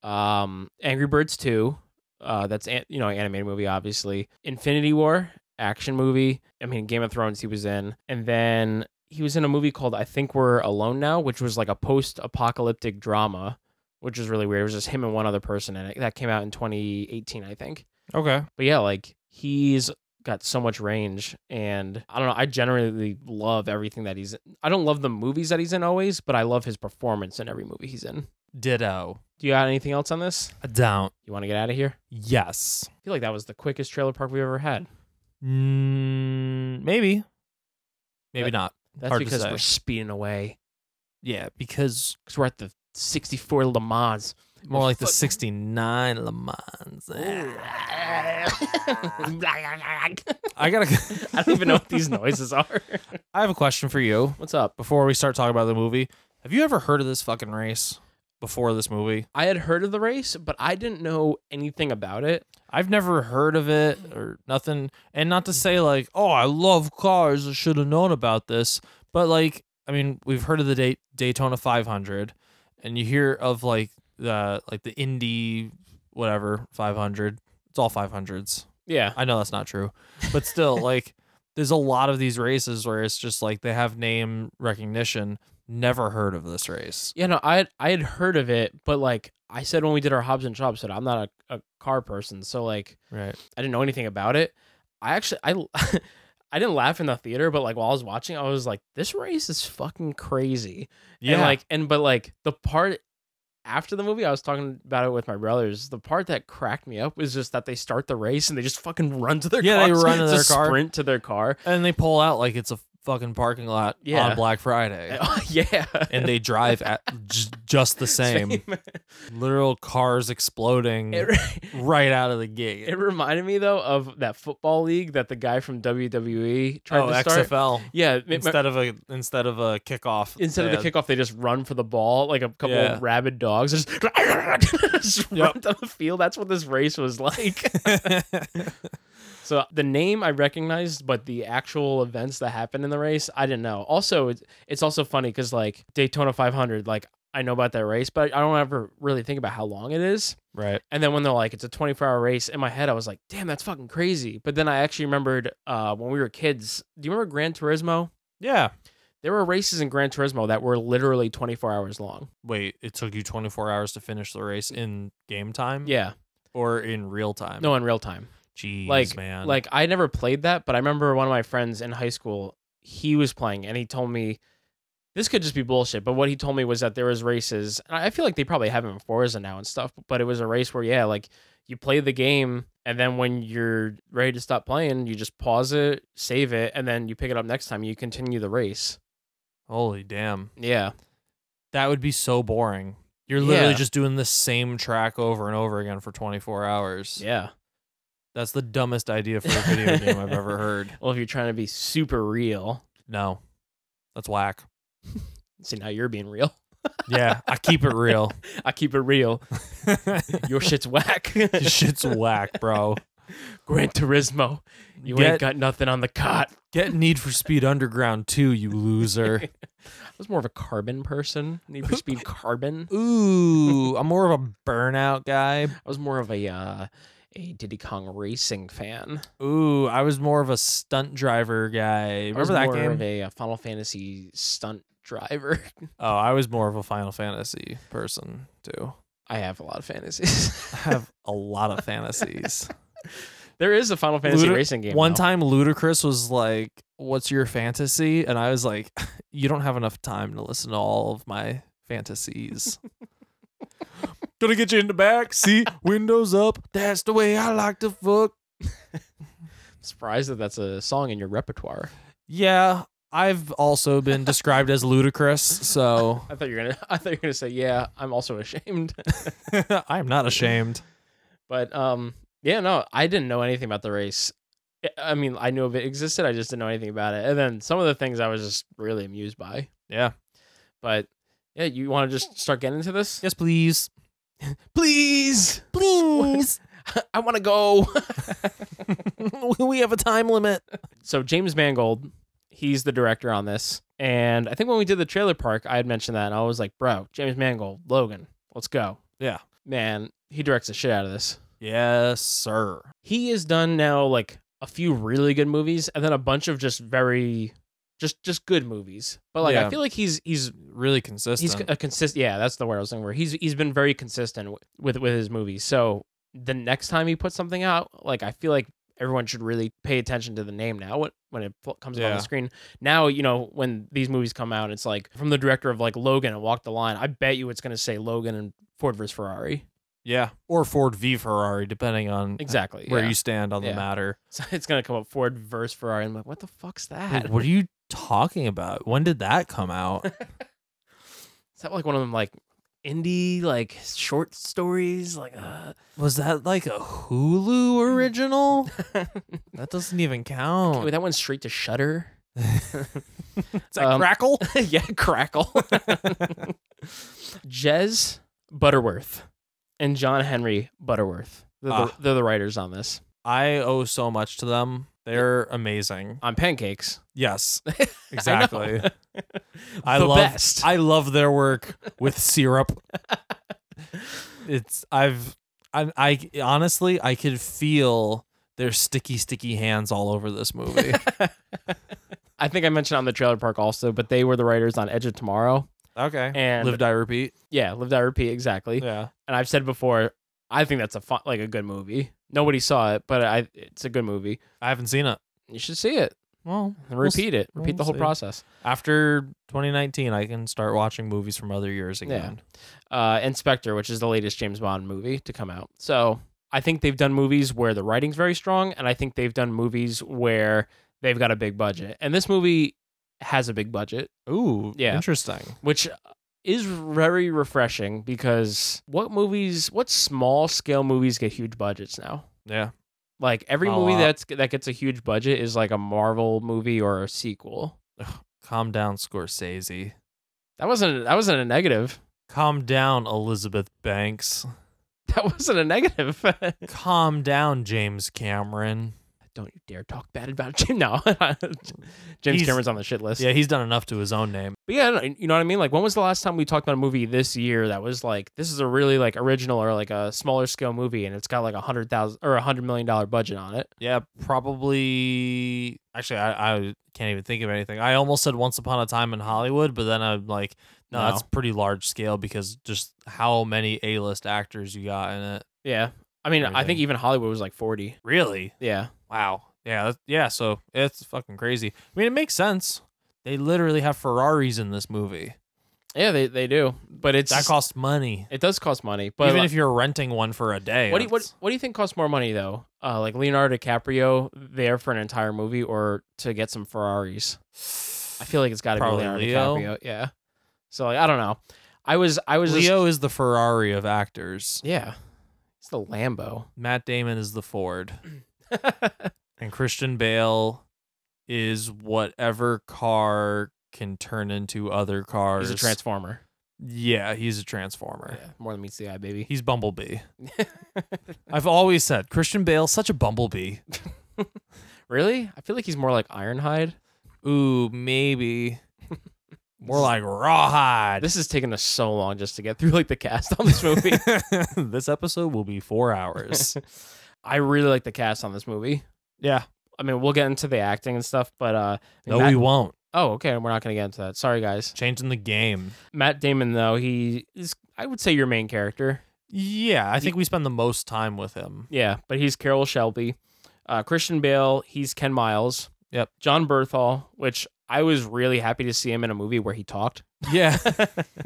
[SPEAKER 7] um, Angry Birds Two, uh, that's an, you know animated movie, obviously, Infinity War, action movie. I mean, Game of Thrones he was in, and then. He was in a movie called I Think We're Alone Now, which was like a post apocalyptic drama, which was really weird. It was just him and one other person in it. That came out in 2018, I think.
[SPEAKER 6] okay
[SPEAKER 7] But yeah, like he's got so much range and I don't know, I generally love everything that he's in. I don't love the movies that he's in always, but I love his performance in every movie he's in.
[SPEAKER 6] ditto
[SPEAKER 7] Do you got anything else on this?
[SPEAKER 6] i don't
[SPEAKER 7] You want to get out of here?
[SPEAKER 6] yes
[SPEAKER 7] I feel like that was the quickest trailer park we've ever had.
[SPEAKER 6] mm, maybe maybe
[SPEAKER 7] That-
[SPEAKER 6] not
[SPEAKER 7] That's
[SPEAKER 6] Hard to
[SPEAKER 7] because
[SPEAKER 6] say.
[SPEAKER 7] we're speeding away.
[SPEAKER 6] yeah because
[SPEAKER 7] Because we're at the 64 Lamas.
[SPEAKER 6] More like the 69 Le Mans. I gotta.
[SPEAKER 7] I don't even know what these noises are.
[SPEAKER 6] I have a question for you.
[SPEAKER 7] What's up?
[SPEAKER 6] Before we start talking about the movie, have you ever heard of this fucking race before this movie?
[SPEAKER 7] I had heard of the race, but I didn't know anything about it.
[SPEAKER 6] I've never heard of it or nothing. And not to say like, oh, I love cars. I should have known about this. But like, I mean, we've heard of the Day- Daytona 500, and you hear of like the like the Indy whatever 500. It's all 500s.
[SPEAKER 7] Yeah.
[SPEAKER 6] I know that's not true, but still, like, there's a lot of these races where it's just like they have name recognition. Never heard of this race.
[SPEAKER 7] Yeah, no, I I had heard of it, but like I said when we did our Hobbs and Chops, that I'm not a, a car person, so like
[SPEAKER 6] Right.
[SPEAKER 7] I didn't know anything about it. I actually I I didn't laugh in the theater, but like while I was watching, I was like, this race is fucking crazy. And
[SPEAKER 6] Yeah.
[SPEAKER 7] like and but like the part after the movie, I was talking about it with my brothers. The part that cracked me up was just that they start the race and they just fucking run to their
[SPEAKER 6] Yeah, they
[SPEAKER 7] cars.
[SPEAKER 6] run to
[SPEAKER 7] It's
[SPEAKER 6] their
[SPEAKER 7] a
[SPEAKER 6] car.
[SPEAKER 7] sprint to their car.
[SPEAKER 6] And they pull out like it's a fucking parking lot
[SPEAKER 7] Yeah.
[SPEAKER 6] on Black Friday.
[SPEAKER 7] yeah,
[SPEAKER 6] and they drive at j- just the same. Literal cars exploding
[SPEAKER 7] It re-
[SPEAKER 6] right out of the gate.
[SPEAKER 7] It reminded me though of that football league that the guy from WWE tried
[SPEAKER 6] oh,
[SPEAKER 7] to start.
[SPEAKER 6] XFL.
[SPEAKER 7] Yeah, it-
[SPEAKER 6] Instead of a instead of a kickoff.
[SPEAKER 7] Instead
[SPEAKER 6] they
[SPEAKER 7] of the
[SPEAKER 6] had-
[SPEAKER 7] kickoff, they just run for the ball like a couple
[SPEAKER 6] Yeah.
[SPEAKER 7] of rabid dogs. Just, just run down the field. That's what this race was like. so the name I recognized, but the actual events that happened in the race, I didn't know. Also, it's, it's also funny because like Daytona 500, like I know about that race, but I don't ever really think about how long it is.
[SPEAKER 6] Right.
[SPEAKER 7] And then when they're like, it's a 24 hour race, in my head, I was like, damn, that's fucking crazy. But then I actually remembered uh, when we were kids, do you remember Gran Turismo?
[SPEAKER 6] Yeah.
[SPEAKER 7] There were races in Gran Turismo that were literally 24 hours long.
[SPEAKER 6] Wait, it took you 24 hours to finish the race in game time?
[SPEAKER 7] Yeah.
[SPEAKER 6] Or in real time?
[SPEAKER 7] No, in real time.
[SPEAKER 6] Jeez,
[SPEAKER 7] like,
[SPEAKER 6] man.
[SPEAKER 7] like I never played that, but I remember one of my friends in high school, he was playing and he told me, this could just be bullshit. But what he told me was that there was races, and I feel like they probably have it in Forza now and stuff, but it was a race where, yeah, like you play the game and then when you're ready to stop playing, you just pause it, save it, and then you pick it up next time. You continue the race.
[SPEAKER 6] Holy damn.
[SPEAKER 7] Yeah.
[SPEAKER 6] That would be so boring. You're literally
[SPEAKER 7] Yeah.
[SPEAKER 6] just doing the same track over and over again for 24 hours.
[SPEAKER 7] Yeah.
[SPEAKER 6] That's the dumbest idea for a video game I've ever heard.
[SPEAKER 7] Well, if you're trying to be super real,
[SPEAKER 6] No. That's whack.
[SPEAKER 7] see, now you're being real.
[SPEAKER 6] Yeah, I keep it real.
[SPEAKER 7] I keep it real. Your shit's whack.
[SPEAKER 6] This Shit's whack, bro.
[SPEAKER 7] Gran Turismo. You ain't
[SPEAKER 6] Get-
[SPEAKER 7] got nothing on the cot.
[SPEAKER 6] Get Need for Speed Underground too, you loser.
[SPEAKER 7] I was more of a carbon person. Need for Speed Carbon.
[SPEAKER 6] Ooh, I'm more of a burnout guy.
[SPEAKER 7] I was more of a uh, a Diddy Kong Racing fan.
[SPEAKER 6] Ooh, I was more of a stunt driver guy.
[SPEAKER 7] I was
[SPEAKER 6] Remember that
[SPEAKER 7] more Of
[SPEAKER 6] game?
[SPEAKER 7] a, uh, Final Fantasy stunt driver.
[SPEAKER 6] Oh, I was more of a Final Fantasy person too.
[SPEAKER 7] I have a lot of fantasies.
[SPEAKER 6] I have a lot of fantasies.
[SPEAKER 7] there is a Final Fantasy
[SPEAKER 6] Luda-
[SPEAKER 7] racing game.
[SPEAKER 6] One
[SPEAKER 7] though.
[SPEAKER 6] time, Ludacris was like, "What's your fantasy?" And I was like, "You don't have enough time to listen to all of my fantasies." Gonna get you in the back seat, windows up. That's the way I like to fuck.
[SPEAKER 7] surprised that that's a song in your repertoire.
[SPEAKER 6] Yeah, I've also been described as ludicrous, so
[SPEAKER 7] I thought you were gonna. I thought you were gonna say, "Yeah, I'm also ashamed."
[SPEAKER 6] I am not ashamed.
[SPEAKER 7] But um, yeah, no, I didn't know anything about the race. I- I mean, I knew of it existed. I just didn't know anything about it. And then some of the things I was just really amused by.
[SPEAKER 6] Yeah.
[SPEAKER 7] But yeah, you want to just start getting into this?
[SPEAKER 6] Yes, please.
[SPEAKER 7] Please,
[SPEAKER 6] Please.
[SPEAKER 7] I want to go.
[SPEAKER 6] we have a time limit.
[SPEAKER 7] so James Mangold, he's the director on this. And I think when we did the trailer park, I had mentioned that, and I was like, "Bro, James Mangold, Logan, let's go."
[SPEAKER 6] Yeah.
[SPEAKER 7] Man, he directs the shit out of this.
[SPEAKER 6] Yes, sir.
[SPEAKER 7] he has done now like a few really good movies and then a bunch of just very just just good movies but like i
[SPEAKER 6] Yeah.
[SPEAKER 7] feel like he's he's
[SPEAKER 6] Really consistent.
[SPEAKER 7] he's a consist yeah that's the word i was looking for he's he's been very consistent w- with with his movies so the next time he puts something out like i feel like everyone should really pay attention to the name now when- when it fl- comes up on
[SPEAKER 6] Yeah.
[SPEAKER 7] the screen now you know when these movies come out it's like from the director of like logan and walk the line i bet you it's going to say logan and ford versus ferrari
[SPEAKER 6] yeah, or Ford v Ferrari, depending on uh,
[SPEAKER 7] Exactly,
[SPEAKER 6] where
[SPEAKER 7] yeah.
[SPEAKER 6] you stand on
[SPEAKER 7] Yeah.
[SPEAKER 6] the matter.
[SPEAKER 7] so it's going to come up ford versus ferrari i'm like what the fuck's that
[SPEAKER 6] Wait, what are you talking about? When did that come out?
[SPEAKER 7] Is that like one of them like indie like short stories. Like, uh,
[SPEAKER 6] Was that like a Hulu original? that doesn't even count.
[SPEAKER 7] wait, that went straight to Shutter.
[SPEAKER 6] Is that
[SPEAKER 7] um,
[SPEAKER 6] Crackle?
[SPEAKER 7] yeah, Crackle. Jez Butterworth and John Henry Butterworth. They're,
[SPEAKER 6] Ah.
[SPEAKER 7] the, they're the writers on this.
[SPEAKER 6] I owe so much to them. They're amazing.
[SPEAKER 7] On pancakes.
[SPEAKER 6] Yes,
[SPEAKER 7] I know.
[SPEAKER 6] exactly.
[SPEAKER 7] The
[SPEAKER 6] love
[SPEAKER 7] best.
[SPEAKER 6] I love their work with syrup. It's I've I, I honestly I could feel their sticky sticky hands all over this movie.
[SPEAKER 7] I think I mentioned on the trailer park also, but they were the writers on Edge of Tomorrow.
[SPEAKER 6] okay.
[SPEAKER 7] And
[SPEAKER 6] Live Die Repeat.
[SPEAKER 7] Yeah, Live Die Repeat, exactly.
[SPEAKER 6] Yeah.
[SPEAKER 7] And I've said before, I think that's a fun, like a good movie. Nobody saw it, but I it's a good movie.
[SPEAKER 6] I haven't seen it.
[SPEAKER 7] You should see it.
[SPEAKER 6] Well,
[SPEAKER 7] And
[SPEAKER 6] we'll s-
[SPEAKER 7] repeat it. Repeat
[SPEAKER 6] we'll
[SPEAKER 7] the whole
[SPEAKER 6] see.
[SPEAKER 7] process.
[SPEAKER 6] After 2019, I can start watching movies from other years again.
[SPEAKER 7] uh, Inspector, which is the latest James Bond movie to come out. So I think they've done movies where the writing's very strong, and I think they've done movies where they've got a big budget. And this movie has a big budget,
[SPEAKER 6] Ooh,
[SPEAKER 7] Yeah.
[SPEAKER 6] interesting.
[SPEAKER 7] which is very refreshing because what movies, what small scale movies get huge budgets now?
[SPEAKER 6] Yeah.
[SPEAKER 7] Like every
[SPEAKER 6] A
[SPEAKER 7] movie
[SPEAKER 6] lot.
[SPEAKER 7] that's that gets a huge budget is like a Marvel movie or a sequel.
[SPEAKER 6] Calm down, Scorsese.
[SPEAKER 7] That wasn't that wasn't a negative.
[SPEAKER 6] Calm down, Elizabeth Banks.
[SPEAKER 7] That wasn't a negative.
[SPEAKER 6] Calm down, James Cameron.
[SPEAKER 7] don't you dare talk bad about Jim. No, James
[SPEAKER 6] He's-
[SPEAKER 7] Cameron's on the shit list.
[SPEAKER 6] Yeah, he's done enough to his own name.
[SPEAKER 7] but yeah, I don't- you know what I mean. Like, when was the last time we talked about a movie this year that was like this is a really like original or like a smaller scale movie and it's got like a hundred thousand or a hundred million dollar budget on it?
[SPEAKER 6] Yeah, probably. Actually, I, I can't even think of anything. I almost said Once Upon a Time in Hollywood, but then I'm like, no, that's
[SPEAKER 7] No.
[SPEAKER 6] pretty large scale because just how many A list actors you got in it.
[SPEAKER 7] Yeah, I mean, I think
[SPEAKER 6] Everything.
[SPEAKER 7] even Hollywood was like forty.
[SPEAKER 6] Really?
[SPEAKER 7] Yeah,
[SPEAKER 6] Wow. Yeah. That, yeah. So it's fucking crazy. I mean, it makes sense. They literally have Ferraris in this movie.
[SPEAKER 7] yeah, they they do, but it's
[SPEAKER 6] That costs money.
[SPEAKER 7] it does cost money. But
[SPEAKER 6] Even
[SPEAKER 7] like,
[SPEAKER 6] if you're renting one for a day.
[SPEAKER 7] what do you, what
[SPEAKER 6] that's-
[SPEAKER 7] what do you think costs more money though? Uh, like Leonardo DiCaprio there for an entire movie or to get some Ferraris? I feel like it's got to be
[SPEAKER 6] Probably
[SPEAKER 7] Leonardo
[SPEAKER 6] Leo.
[SPEAKER 7] DiCaprio. Yeah. So like I don't know. I was I was just-
[SPEAKER 6] Leo is the Ferrari of actors.
[SPEAKER 7] yeah. It's the Lambo.
[SPEAKER 6] Matt Damon is the Ford. and Christian Bale is whatever car can turn into other cars.
[SPEAKER 7] He's a transformer.
[SPEAKER 6] Yeah, he's a transformer.
[SPEAKER 7] Yeah, more than meets the eye, baby.
[SPEAKER 6] He's Bumblebee. I've always said Christian Bale such a bumblebee.
[SPEAKER 7] really? I feel like he's more like Ironhide.
[SPEAKER 6] Ooh, maybe. More like rawhide.
[SPEAKER 7] This is taking us so long just to get through like the cast on this movie.
[SPEAKER 6] this episode will be four hours.
[SPEAKER 7] I really like the cast on this movie.
[SPEAKER 6] yeah.
[SPEAKER 7] I mean, we'll get into the acting and stuff, but uh
[SPEAKER 6] No,
[SPEAKER 7] Matt-
[SPEAKER 6] we won't.
[SPEAKER 7] Oh, okay. We're not going to get into that. Sorry, guys.
[SPEAKER 6] Changing the game.
[SPEAKER 7] Matt Damon, though, he is, I would say, your main character.
[SPEAKER 6] Yeah, I think we spend the most time with him.
[SPEAKER 7] Yeah, but he's Carol Shelby. Uh, Christian Bale, he's Ken Miles.
[SPEAKER 6] Yep.
[SPEAKER 7] John Berthal, which I was really happy to see him in a movie where he talked.
[SPEAKER 6] Yeah.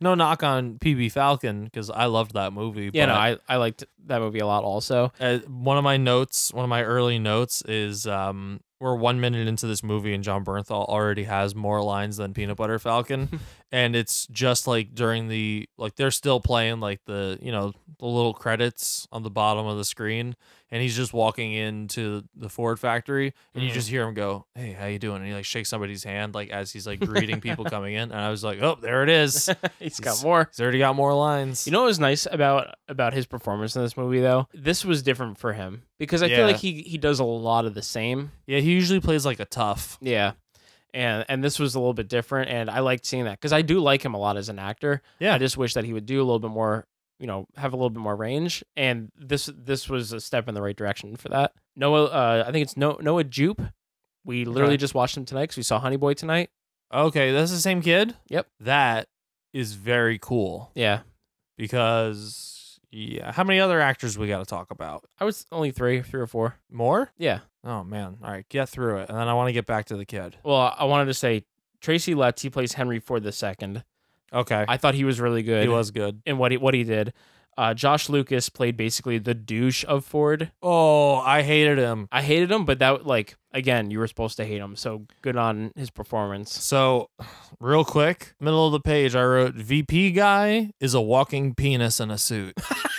[SPEAKER 6] no knock on PB Falcon because I loved that movie.
[SPEAKER 7] Yeah,
[SPEAKER 6] but
[SPEAKER 7] no, I, I liked that movie a lot also.
[SPEAKER 6] uh, one of my notes, one of my early notes is um, we're one minute into this movie and John Bernthal already has more lines than Peanut Butter Falcon, and it's just like during the like they're still playing like the you know the little credits on the bottom of the screen, and he's just walking into the Ford factory, and you
[SPEAKER 7] Mhm.
[SPEAKER 6] just hear him go, "Hey, how you doing?" And he like shakes somebody's hand like as he's like greeting people coming in, and I was like, "Oh, there it is."
[SPEAKER 7] he's got more.
[SPEAKER 6] He's already got more lines.
[SPEAKER 7] You know what was nice about about his performance in this movie though? This was different for him because I
[SPEAKER 6] Yeah.
[SPEAKER 7] feel like he he does a lot of the same.
[SPEAKER 6] yeah, he usually plays like a tough.
[SPEAKER 7] Yeah. And and this was a little bit different and I liked seeing that cuz I do like him a lot as an actor.
[SPEAKER 6] Yeah.
[SPEAKER 7] I just wish that he would do a little bit more, you know, have a little bit more range and this this was a step in the right direction for that. Noah uh I think it's no- Noah Jupe. We literally
[SPEAKER 6] Okay.
[SPEAKER 7] just watched him tonight cuz we saw Honey Boy tonight.
[SPEAKER 6] Okay, that's the same kid.
[SPEAKER 7] Yep.
[SPEAKER 6] That is very cool
[SPEAKER 7] Yeah.
[SPEAKER 6] because yeah, how many other actors we got to talk about?
[SPEAKER 7] I was only 3 3 or 4.
[SPEAKER 6] More?
[SPEAKER 7] Yeah.
[SPEAKER 6] Oh man. All right, get through it. And then I want to get back to the kid.
[SPEAKER 7] Well, I wanted to say Tracy Letts, he plays Henry Ford II.
[SPEAKER 6] Okay.
[SPEAKER 7] I thought he was really good.
[SPEAKER 6] he was good.
[SPEAKER 7] in what he what he did. Uh, Josh Lucas played basically the douche of Ford.
[SPEAKER 6] Oh, I hated him.
[SPEAKER 7] I hated him, but that like again, you were supposed to hate him. So good on his performance.
[SPEAKER 6] So, real quick, middle of the page, I wrote VP guy is a walking penis in a suit.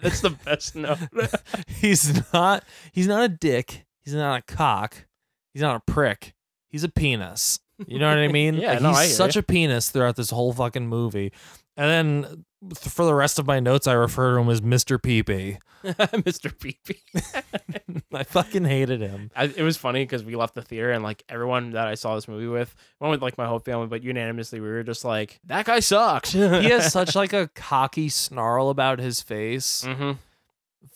[SPEAKER 7] That's the best note.
[SPEAKER 6] he's not. He's not a dick. He's not a cock. He's not a prick. He's a penis. You know what I mean?
[SPEAKER 7] Yeah,
[SPEAKER 6] Like,
[SPEAKER 7] no,
[SPEAKER 6] he's
[SPEAKER 7] I hear
[SPEAKER 6] such
[SPEAKER 7] ya.
[SPEAKER 6] a penis throughout this whole fucking movie. And then th- for the rest of my notes, I refer to him as Mr. Peepee.
[SPEAKER 7] Mr. Peepee.
[SPEAKER 6] I fucking hated him.
[SPEAKER 7] I, it was funny because we left the theater and like everyone that I saw this movie with, I went with like my whole family, but unanimously we were just like, that guy sucks.
[SPEAKER 6] he has such like a cocky snarl about his face.
[SPEAKER 7] Mm-hmm.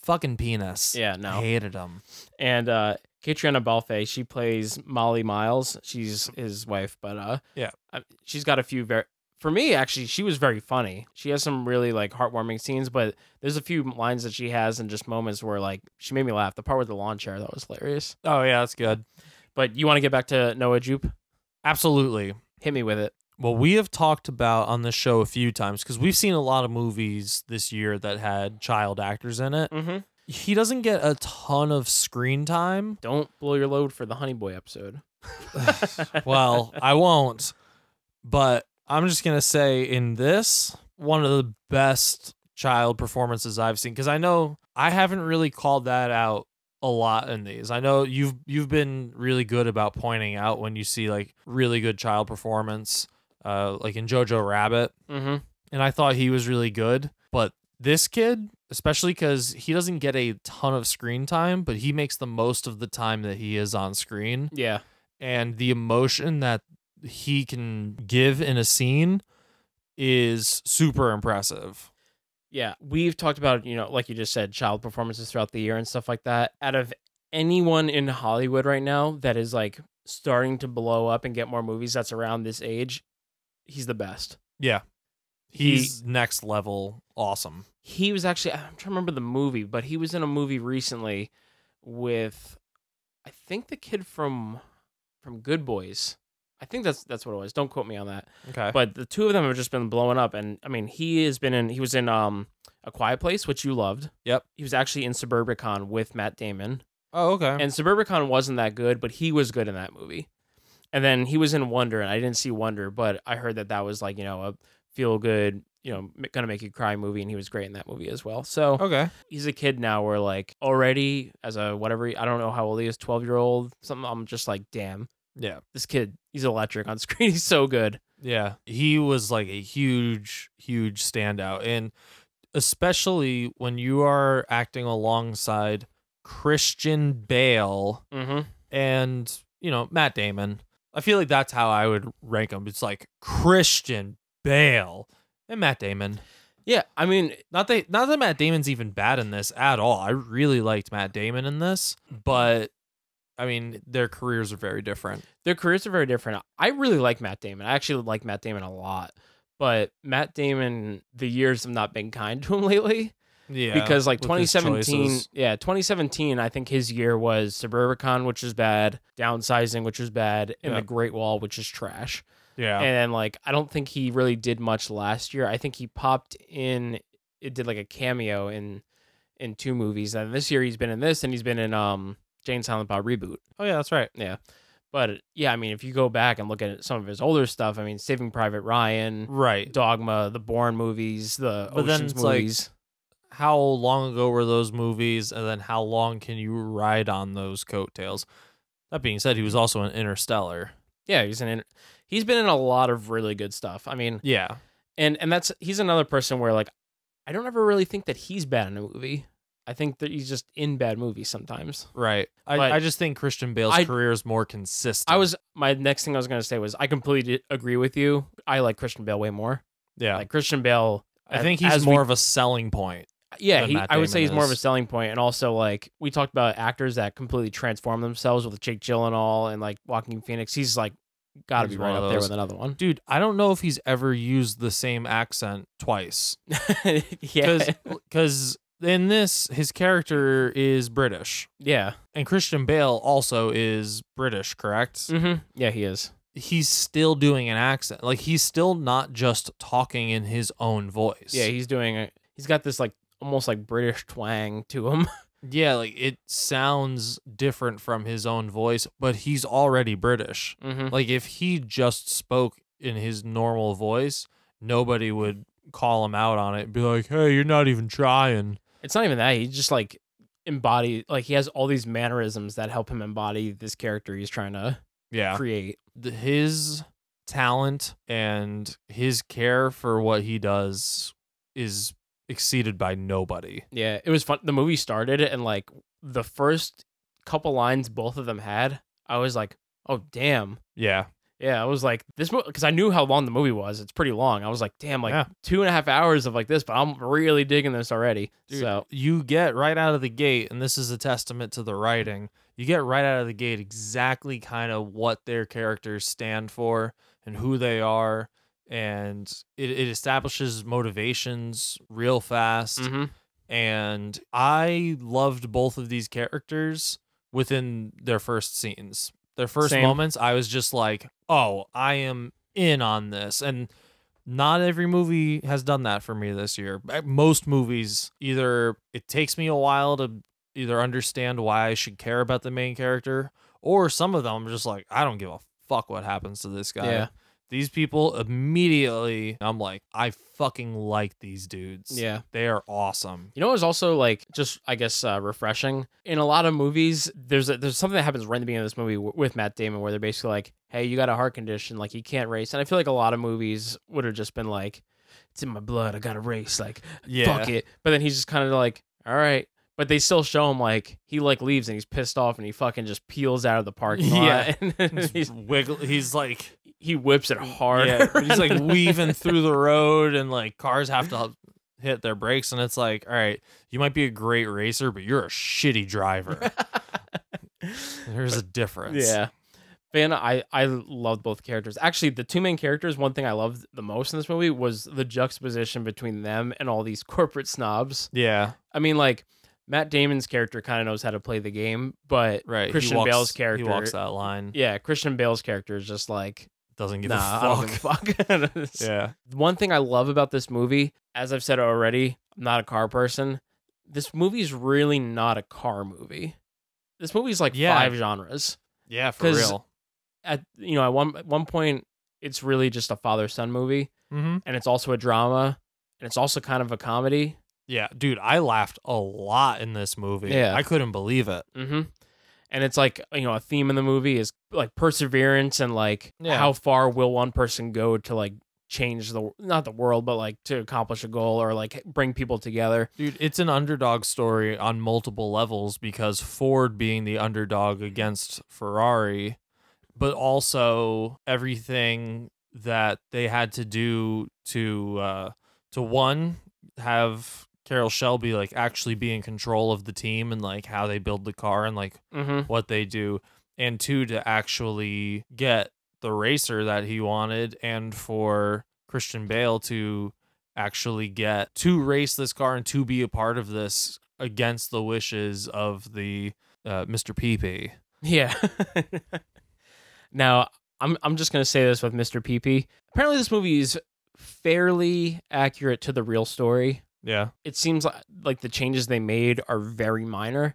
[SPEAKER 6] Fucking penis.
[SPEAKER 7] Yeah, no.
[SPEAKER 6] I hated him.
[SPEAKER 7] and uh Catriona Belfay, she plays Molly Miles. She's his wife, but uh
[SPEAKER 6] Yeah.
[SPEAKER 7] I- she's got a few very for me actually she was very funny. She has some really like heartwarming scenes, but there's a few lines that she has and just moments where like she made me laugh. The part with the lawn chair that was hilarious.
[SPEAKER 6] Oh yeah, that's good.
[SPEAKER 7] But you want to get back to Noah Jupe?
[SPEAKER 6] Absolutely.
[SPEAKER 7] Hit me with it.
[SPEAKER 6] Well, we have talked about on this show a few times because we've seen a lot of movies this year that had child actors in it.
[SPEAKER 7] Mm-hmm.
[SPEAKER 6] He doesn't get a ton of screen time.
[SPEAKER 7] Don't blow your load for the Honey Boy episode.
[SPEAKER 6] well, I won't. But I'm just going to say in this, one of the best child performances I've seen cuz I know I haven't really called that out a lot in these. I know you've you've been really good about pointing out when you see like really good child performance uh like in Jojo Rabbit
[SPEAKER 7] Mm-hmm.
[SPEAKER 6] and I thought he was really good. But this kid, especially because he doesn't get a ton of screen time, but he makes the most of the time that he is on screen.
[SPEAKER 7] Yeah.
[SPEAKER 6] And the emotion that he can give in a scene is super impressive.
[SPEAKER 7] Yeah, we've talked about, you know, like you just said, child performances throughout the year and stuff like that. Out of anyone in Hollywood right now that is like starting to blow up and get more movies that's around this age, he's the best.
[SPEAKER 6] Yeah.
[SPEAKER 7] He-
[SPEAKER 6] He's next level awesome.
[SPEAKER 7] He was actually, I'm trying to remember the movie, but he was in a movie recently with, I think the kid from from Good Boys. I think that's that's what it was. Don't quote me on that.
[SPEAKER 6] Okay.
[SPEAKER 7] But the two of them have just been blowing up, and I mean, he has been in. He was in um a Quiet Place, which you loved.
[SPEAKER 6] Yep.
[SPEAKER 7] He was actually in Suburbicon with Matt Damon,
[SPEAKER 6] Oh, okay.
[SPEAKER 7] and Suburbicon wasn't that good, but he was good in that movie. And then he was in Wonder, and I didn't see Wonder, but I heard that that was like you know a feel good, you know, m- gonna make you cry movie, and he was great in that movie as well. So
[SPEAKER 6] okay.
[SPEAKER 7] he's a kid now where like already as a whatever I don't know how old he is, twelve year old something. I'm just like, damn,
[SPEAKER 6] Yeah.
[SPEAKER 7] this kid, he's electric on screen. He's so good.
[SPEAKER 6] Yeah. He was like a huge, huge standout. And especially when you are acting alongside Christian Bale
[SPEAKER 7] Mm-hmm.
[SPEAKER 6] and, you know, Matt Damon, I feel like that's how I would rank them. It's like Christian Bale and Matt Damon.
[SPEAKER 7] Yeah, I mean,
[SPEAKER 6] Not that not that Matt Damon's even bad in this at all. I really liked Matt Damon in this, but I mean, their careers are very different.
[SPEAKER 7] their careers are very different. I really like Matt Damon. I actually like Matt Damon a lot. But Matt Damon, the years have not been kind to him lately.
[SPEAKER 6] Yeah.
[SPEAKER 7] because like
[SPEAKER 6] with his
[SPEAKER 7] 2017,
[SPEAKER 6] choices.
[SPEAKER 7] yeah, 2017, I think his year was Suburbicon, which is bad, Downsizing, which is bad, and
[SPEAKER 6] Yeah.
[SPEAKER 7] The Great Wall, which is trash.
[SPEAKER 6] Yeah.
[SPEAKER 7] And then like I don't think he really did much last year. I think he popped in, it did like a cameo in in two movies. And this year he's been in this, and he's been in um Jane Silent Bob reboot.
[SPEAKER 6] oh yeah, that's right.
[SPEAKER 7] Yeah. But yeah, I mean, if you go back and look at some of his older stuff, I mean, Saving Private Ryan,
[SPEAKER 6] Right.
[SPEAKER 7] Dogma, the Bourne movies, the
[SPEAKER 6] But then
[SPEAKER 7] Ocean's
[SPEAKER 6] it's like-
[SPEAKER 7] movies.
[SPEAKER 6] how long ago were those movies and then how long can you ride on those coattails that being said he was also an interstellar
[SPEAKER 7] yeah, he's in. He's been in a lot of really good stuff. I mean,
[SPEAKER 6] yeah
[SPEAKER 7] and and that's he's another person where like, I don't ever really think that he's bad in a movie. I think that he's just in bad movies sometimes.
[SPEAKER 6] right i,
[SPEAKER 7] But-
[SPEAKER 6] I just think christian bale's
[SPEAKER 7] I-
[SPEAKER 6] career is more consistent
[SPEAKER 7] I was my next thing I was gonna say was I completely agree with you. I like Christian Bale way more.
[SPEAKER 6] yeah
[SPEAKER 7] Like Christian Bale,
[SPEAKER 6] i
[SPEAKER 7] as-
[SPEAKER 6] think he's
[SPEAKER 7] as we
[SPEAKER 6] more of a selling point
[SPEAKER 7] yeah,
[SPEAKER 6] than
[SPEAKER 7] he,
[SPEAKER 6] Matt
[SPEAKER 7] I would say
[SPEAKER 6] Damon
[SPEAKER 7] he's more of a
[SPEAKER 6] is.
[SPEAKER 7] selling point, and also like we talked about actors that completely transform themselves with Jake Gyllenhaal and like Walking Phoenix. He's like got to
[SPEAKER 6] He's
[SPEAKER 7] be
[SPEAKER 6] one
[SPEAKER 7] right
[SPEAKER 6] of
[SPEAKER 7] up there
[SPEAKER 6] those.
[SPEAKER 7] with another one.
[SPEAKER 6] dude i don't know if he's ever used the same accent twice
[SPEAKER 7] yeah,
[SPEAKER 6] because in this his character is british
[SPEAKER 7] yeah,
[SPEAKER 6] and christian bale also is british correct
[SPEAKER 7] Mm. hmm yeah, he is.
[SPEAKER 6] he's still doing an accent. Like he's still not just talking in his own voice.
[SPEAKER 7] Yeah, he's doing a, he's got this like almost like British twang to him.
[SPEAKER 6] Yeah, like it sounds different from his own voice, but he's already British.
[SPEAKER 7] Mhm.
[SPEAKER 6] Like if he just spoke in his normal voice, nobody would call him out on it. Be like, "Hey, you're not even trying."
[SPEAKER 7] It's not even that. He just like embody like he has all these mannerisms that help him embody this character he's trying to
[SPEAKER 6] Yeah.
[SPEAKER 7] create.
[SPEAKER 6] The- His talent and his care for what he does is exceeded by nobody.
[SPEAKER 7] Yeah, it was fun. The movie started and like the first couple lines both of them had, I was like, "Oh damn."
[SPEAKER 6] Yeah.
[SPEAKER 7] Yeah, I was like this because I knew how long the movie was. It's pretty long. I was like, "Damn, like
[SPEAKER 6] Yeah.
[SPEAKER 7] two and a half hours of like this," but I'm really digging this already.
[SPEAKER 6] Dude,
[SPEAKER 7] so
[SPEAKER 6] you get right out of the gate, and this is a testament to the writing. You get right out of the gate exactly kind of what their characters stand for and who they are, and it, it establishes motivations real fast.
[SPEAKER 7] Mhm.
[SPEAKER 6] And I loved both of these characters within their first scenes. Their first
[SPEAKER 7] Same.
[SPEAKER 6] moments, I was just like, oh, I am in on this. And not every movie has done that for me this year. Uh, Most movies, either it takes me a while to either understand why I should care about the main character, or some of them I'm just like, I don't give a fuck what happens to this guy.
[SPEAKER 7] Yeah.
[SPEAKER 6] These people immediately, I'm like, I fucking like these dudes.
[SPEAKER 7] Yeah.
[SPEAKER 6] They are awesome.
[SPEAKER 7] You know, it was also like just I guess uh, refreshing. In a lot of movies, there's a, there's something that happens right in the beginning of this movie w- with Matt Damon where they're basically like, "Hey, you got a heart condition, like you can't race." And I feel like a lot of movies would have just been like, "It's in my blood, I got to race," like
[SPEAKER 6] Yeah.
[SPEAKER 7] fuck it. But then he's just kind of like, "All right." But they still show him like he like leaves and he's pissed off and he fucking just peels out of the parking
[SPEAKER 6] Yeah.
[SPEAKER 7] lot and
[SPEAKER 6] He's,
[SPEAKER 7] he's,
[SPEAKER 6] wiggle, he's like,
[SPEAKER 7] he whips it hard.
[SPEAKER 6] yeah, he's like weaving through the road and like cars have to hit their brakes. And it's like, all right, you might be a great racer, but you're a shitty driver. There's a difference.
[SPEAKER 7] Yeah. Van, I, I loved both characters. Actually, the two main characters, one thing I loved the most in this movie was the juxtaposition between them and all these corporate snobs.
[SPEAKER 6] Yeah.
[SPEAKER 7] I mean, like, Matt Damon's character kind of knows how to play the game, but
[SPEAKER 6] Right. he
[SPEAKER 7] Christian
[SPEAKER 6] walks-
[SPEAKER 7] Bale's character.
[SPEAKER 6] He walks that line.
[SPEAKER 7] Yeah, Christian Bale's character is just like,
[SPEAKER 6] Doesn't give
[SPEAKER 7] nah, I
[SPEAKER 6] a
[SPEAKER 7] don't
[SPEAKER 6] fuck.
[SPEAKER 7] give a fuck. It's-
[SPEAKER 6] Yeah.
[SPEAKER 7] One thing I love about this movie, as I've said already, I'm not a car person. This movie's really not a car movie. This movie's like
[SPEAKER 6] Yeah.
[SPEAKER 7] five genres.
[SPEAKER 6] Yeah, for
[SPEAKER 7] 'Cause
[SPEAKER 6] real.
[SPEAKER 7] at you know at one at one point it's really just a father son movie
[SPEAKER 6] Mm-hmm.
[SPEAKER 7] and it's also a drama and it's also kind of a comedy
[SPEAKER 6] Yeah, dude, I laughed a lot in this movie.
[SPEAKER 7] Yeah.
[SPEAKER 6] I couldn't believe it.
[SPEAKER 7] mm-hmm. and it's like you know a theme in the movie is like perseverance and like
[SPEAKER 6] Yeah.
[SPEAKER 7] how far will one person go to like change the not the world but like to accomplish a goal or like bring people together
[SPEAKER 6] Dude, it's an underdog story on multiple levels because Ford being the underdog against Ferrari, but also everything that they had to do to uh to one have Carol Shelby like actually be in control of the team and like how they build the car and like
[SPEAKER 7] mm-hmm.
[SPEAKER 6] what they do, and two, to actually get the racer that he wanted, and for Christian Bale to actually get to race this car and to be a part of this against the wishes of the uh, Mr. PP.
[SPEAKER 7] yeah now I'm, I'm just gonna say this with mr pp apparently this movie is fairly accurate to the real story
[SPEAKER 6] Yeah.
[SPEAKER 7] it seems like, like the changes they made are very minor.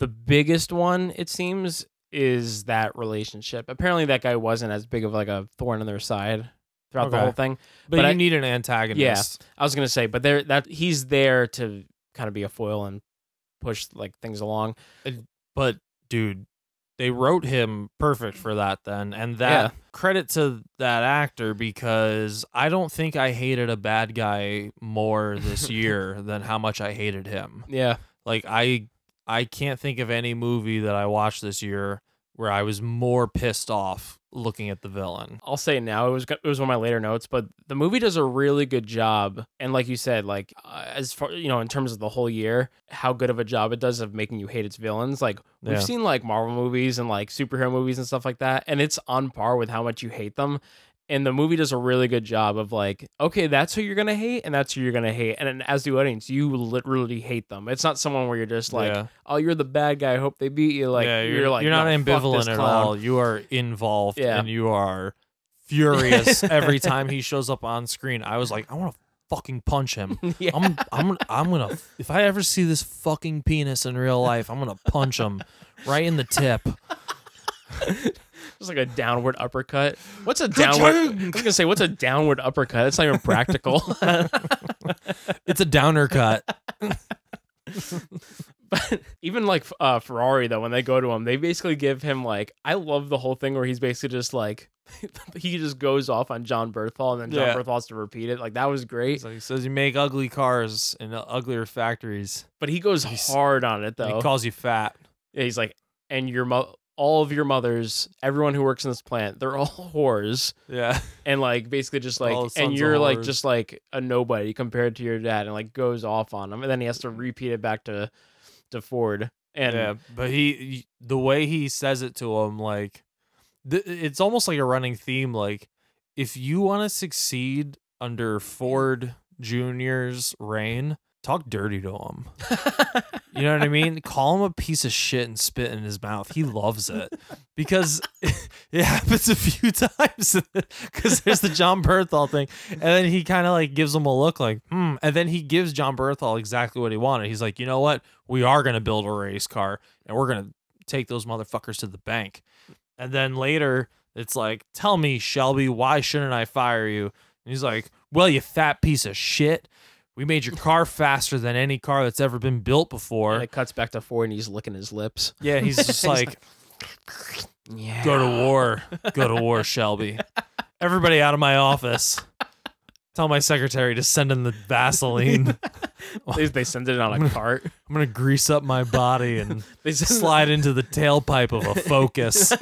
[SPEAKER 7] The biggest one, it seems, is that relationship. Apparently, that guy wasn't as big of like a thorn in their side throughout the
[SPEAKER 6] Okay.
[SPEAKER 7] whole thing.
[SPEAKER 6] But,
[SPEAKER 7] But
[SPEAKER 6] you
[SPEAKER 7] I-
[SPEAKER 6] need an antagonist.
[SPEAKER 7] I was gonna say, but there that he's there to kind of be a foil and push like things along.
[SPEAKER 6] But dude, they wrote him perfect for that then. And that credit to that actor because I don't think I hated a bad guy more this year than how much I hated him.
[SPEAKER 7] Yeah,
[SPEAKER 6] Like I I can't think of any movie that I watched this year where I was more pissed off looking at the villain.
[SPEAKER 7] I'll say now it was go- it was one of my later notes, but the movie does a really good job, and like you said, like uh, as far you know in terms of the whole year, how good of a job it does of making you hate its villains. Like we've
[SPEAKER 6] Yeah.
[SPEAKER 7] seen like Marvel movies and like superhero movies and stuff like that, and it's on par with how much you hate them. And the movie does a really good job of like, okay, that's who you're gonna hate, and that's who you're gonna hate, and then as the audience, you literally hate them. It's not someone where you're just like,
[SPEAKER 6] Yeah.
[SPEAKER 7] oh, you're the bad guy. I hope they beat you. Like,
[SPEAKER 6] yeah,
[SPEAKER 7] you're, like,
[SPEAKER 6] you're not
[SPEAKER 7] "No, fuck this
[SPEAKER 6] ambivalent at
[SPEAKER 7] clown."
[SPEAKER 6] all. You are involved
[SPEAKER 7] Yeah.
[SPEAKER 6] and you are furious every time he shows up on screen. I was like, I want to fucking punch him. I'm I'm I'm going to if I ever see this fucking penis in real life, I'm going to punch him right in the tip.
[SPEAKER 7] Just like a downward uppercut. What's a
[SPEAKER 6] Ka-chunk!
[SPEAKER 7] downward? I was gonna say, what's a downward uppercut? It's not even practical.
[SPEAKER 6] it's a downer cut.
[SPEAKER 7] but even like uh, Ferrari though, when they go to him, they basically give him like I love the whole thing where he's basically just like he just goes off on John Berthal, and then John
[SPEAKER 6] Yeah.
[SPEAKER 7] Berthal has to repeat it. Like that was great.
[SPEAKER 6] So he says you make ugly cars in uglier factories.
[SPEAKER 7] But he goes hard on it
[SPEAKER 6] and
[SPEAKER 7] though.
[SPEAKER 6] he calls you fat.
[SPEAKER 7] Yeah, he's like, and your mo- all of your mothers, everyone who works in this plant, they're all whores.
[SPEAKER 6] Yeah.
[SPEAKER 7] And like basically just like,
[SPEAKER 6] All
[SPEAKER 7] and
[SPEAKER 6] sons of
[SPEAKER 7] you're like
[SPEAKER 6] whores.
[SPEAKER 7] just like a nobody compared to your dad, and like goes off on him, and then he has to repeat it back to to Ford. And
[SPEAKER 6] yeah, but he, he- the way he says it to him, like th- it's almost like a running theme. Like if you want to succeed under Ford Junior's reign, talk dirty to him. you know what I mean? Call him a piece of shit and spit in his mouth. He loves it because it happens a few times. Because there's the John Berthal thing, and then he kind of like gives him a look like, hmm. And then he gives John Berthal exactly what he wanted. He's like, you know what? We are gonna build a race car, and we're gonna take those motherfuckers to the bank. And then later, it's like, tell me, Shelby, why shouldn't I fire you? And he's like, well, you fat piece of shit. We made your car faster than any car that's ever been built before.
[SPEAKER 7] and it cuts back to Ford, and he's licking his lips.
[SPEAKER 6] Yeah, he's just like, go to war, go to war, Shelby. Everybody out of my office. Tell my secretary to send in the Vaseline.
[SPEAKER 7] they, they send it on
[SPEAKER 6] I'm
[SPEAKER 7] a
[SPEAKER 6] gonna-
[SPEAKER 7] cart.
[SPEAKER 6] I'm gonna grease up my body and
[SPEAKER 7] They send-
[SPEAKER 6] slide into the tailpipe of a Focus.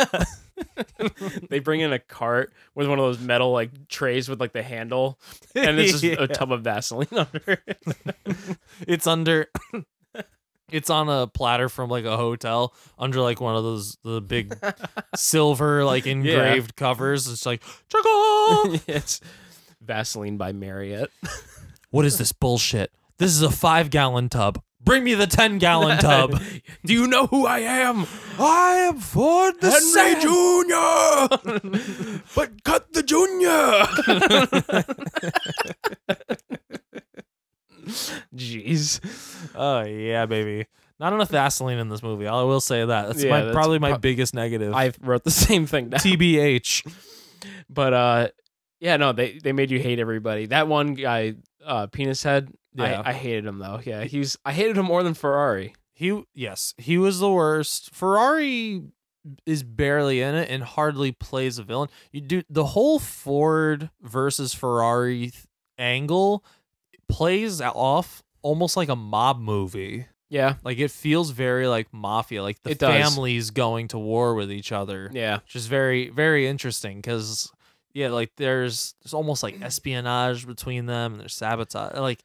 [SPEAKER 7] they bring in a cart with one of those metal like trays with like the handle, and it's just
[SPEAKER 6] Yeah.
[SPEAKER 7] a tub of Vaseline under it.
[SPEAKER 6] it's under it's on a platter from like a hotel under like one of those the big silver like engraved covers it's like chuckle
[SPEAKER 7] it's Vaseline by Marriott.
[SPEAKER 6] what is this bullshit this is a five gallon tub bring me the ten gallon tub
[SPEAKER 7] Do you know who I am?
[SPEAKER 6] I am Ford the
[SPEAKER 7] Henry Junior. but cut the Junior. Jeez.
[SPEAKER 6] oh yeah baby not enough vaseline in this movie i will say that that's,
[SPEAKER 7] Yeah,
[SPEAKER 6] my,
[SPEAKER 7] that's
[SPEAKER 6] probably my
[SPEAKER 7] prob-
[SPEAKER 6] biggest negative
[SPEAKER 7] I wrote the same thing down.
[SPEAKER 6] tbh
[SPEAKER 7] But uh, yeah, no, they they made you hate everybody. That one guy, uh, penis head.
[SPEAKER 6] Yeah.
[SPEAKER 7] I, I hated him though. Yeah, he's I hated him more than Ferrari.
[SPEAKER 6] He yes, he was the worst. Ferrari is barely in it and hardly plays a villain. You do the whole Ford versus Ferrari th- angle plays off almost like a mob movie.
[SPEAKER 7] Yeah,
[SPEAKER 6] Like it feels very like mafia, like the
[SPEAKER 7] It does.
[SPEAKER 6] families going to war with each other.
[SPEAKER 7] yeah,
[SPEAKER 6] Which is very very interesting cuz yeah, like there's there's almost like espionage between them and there's sabotage. Like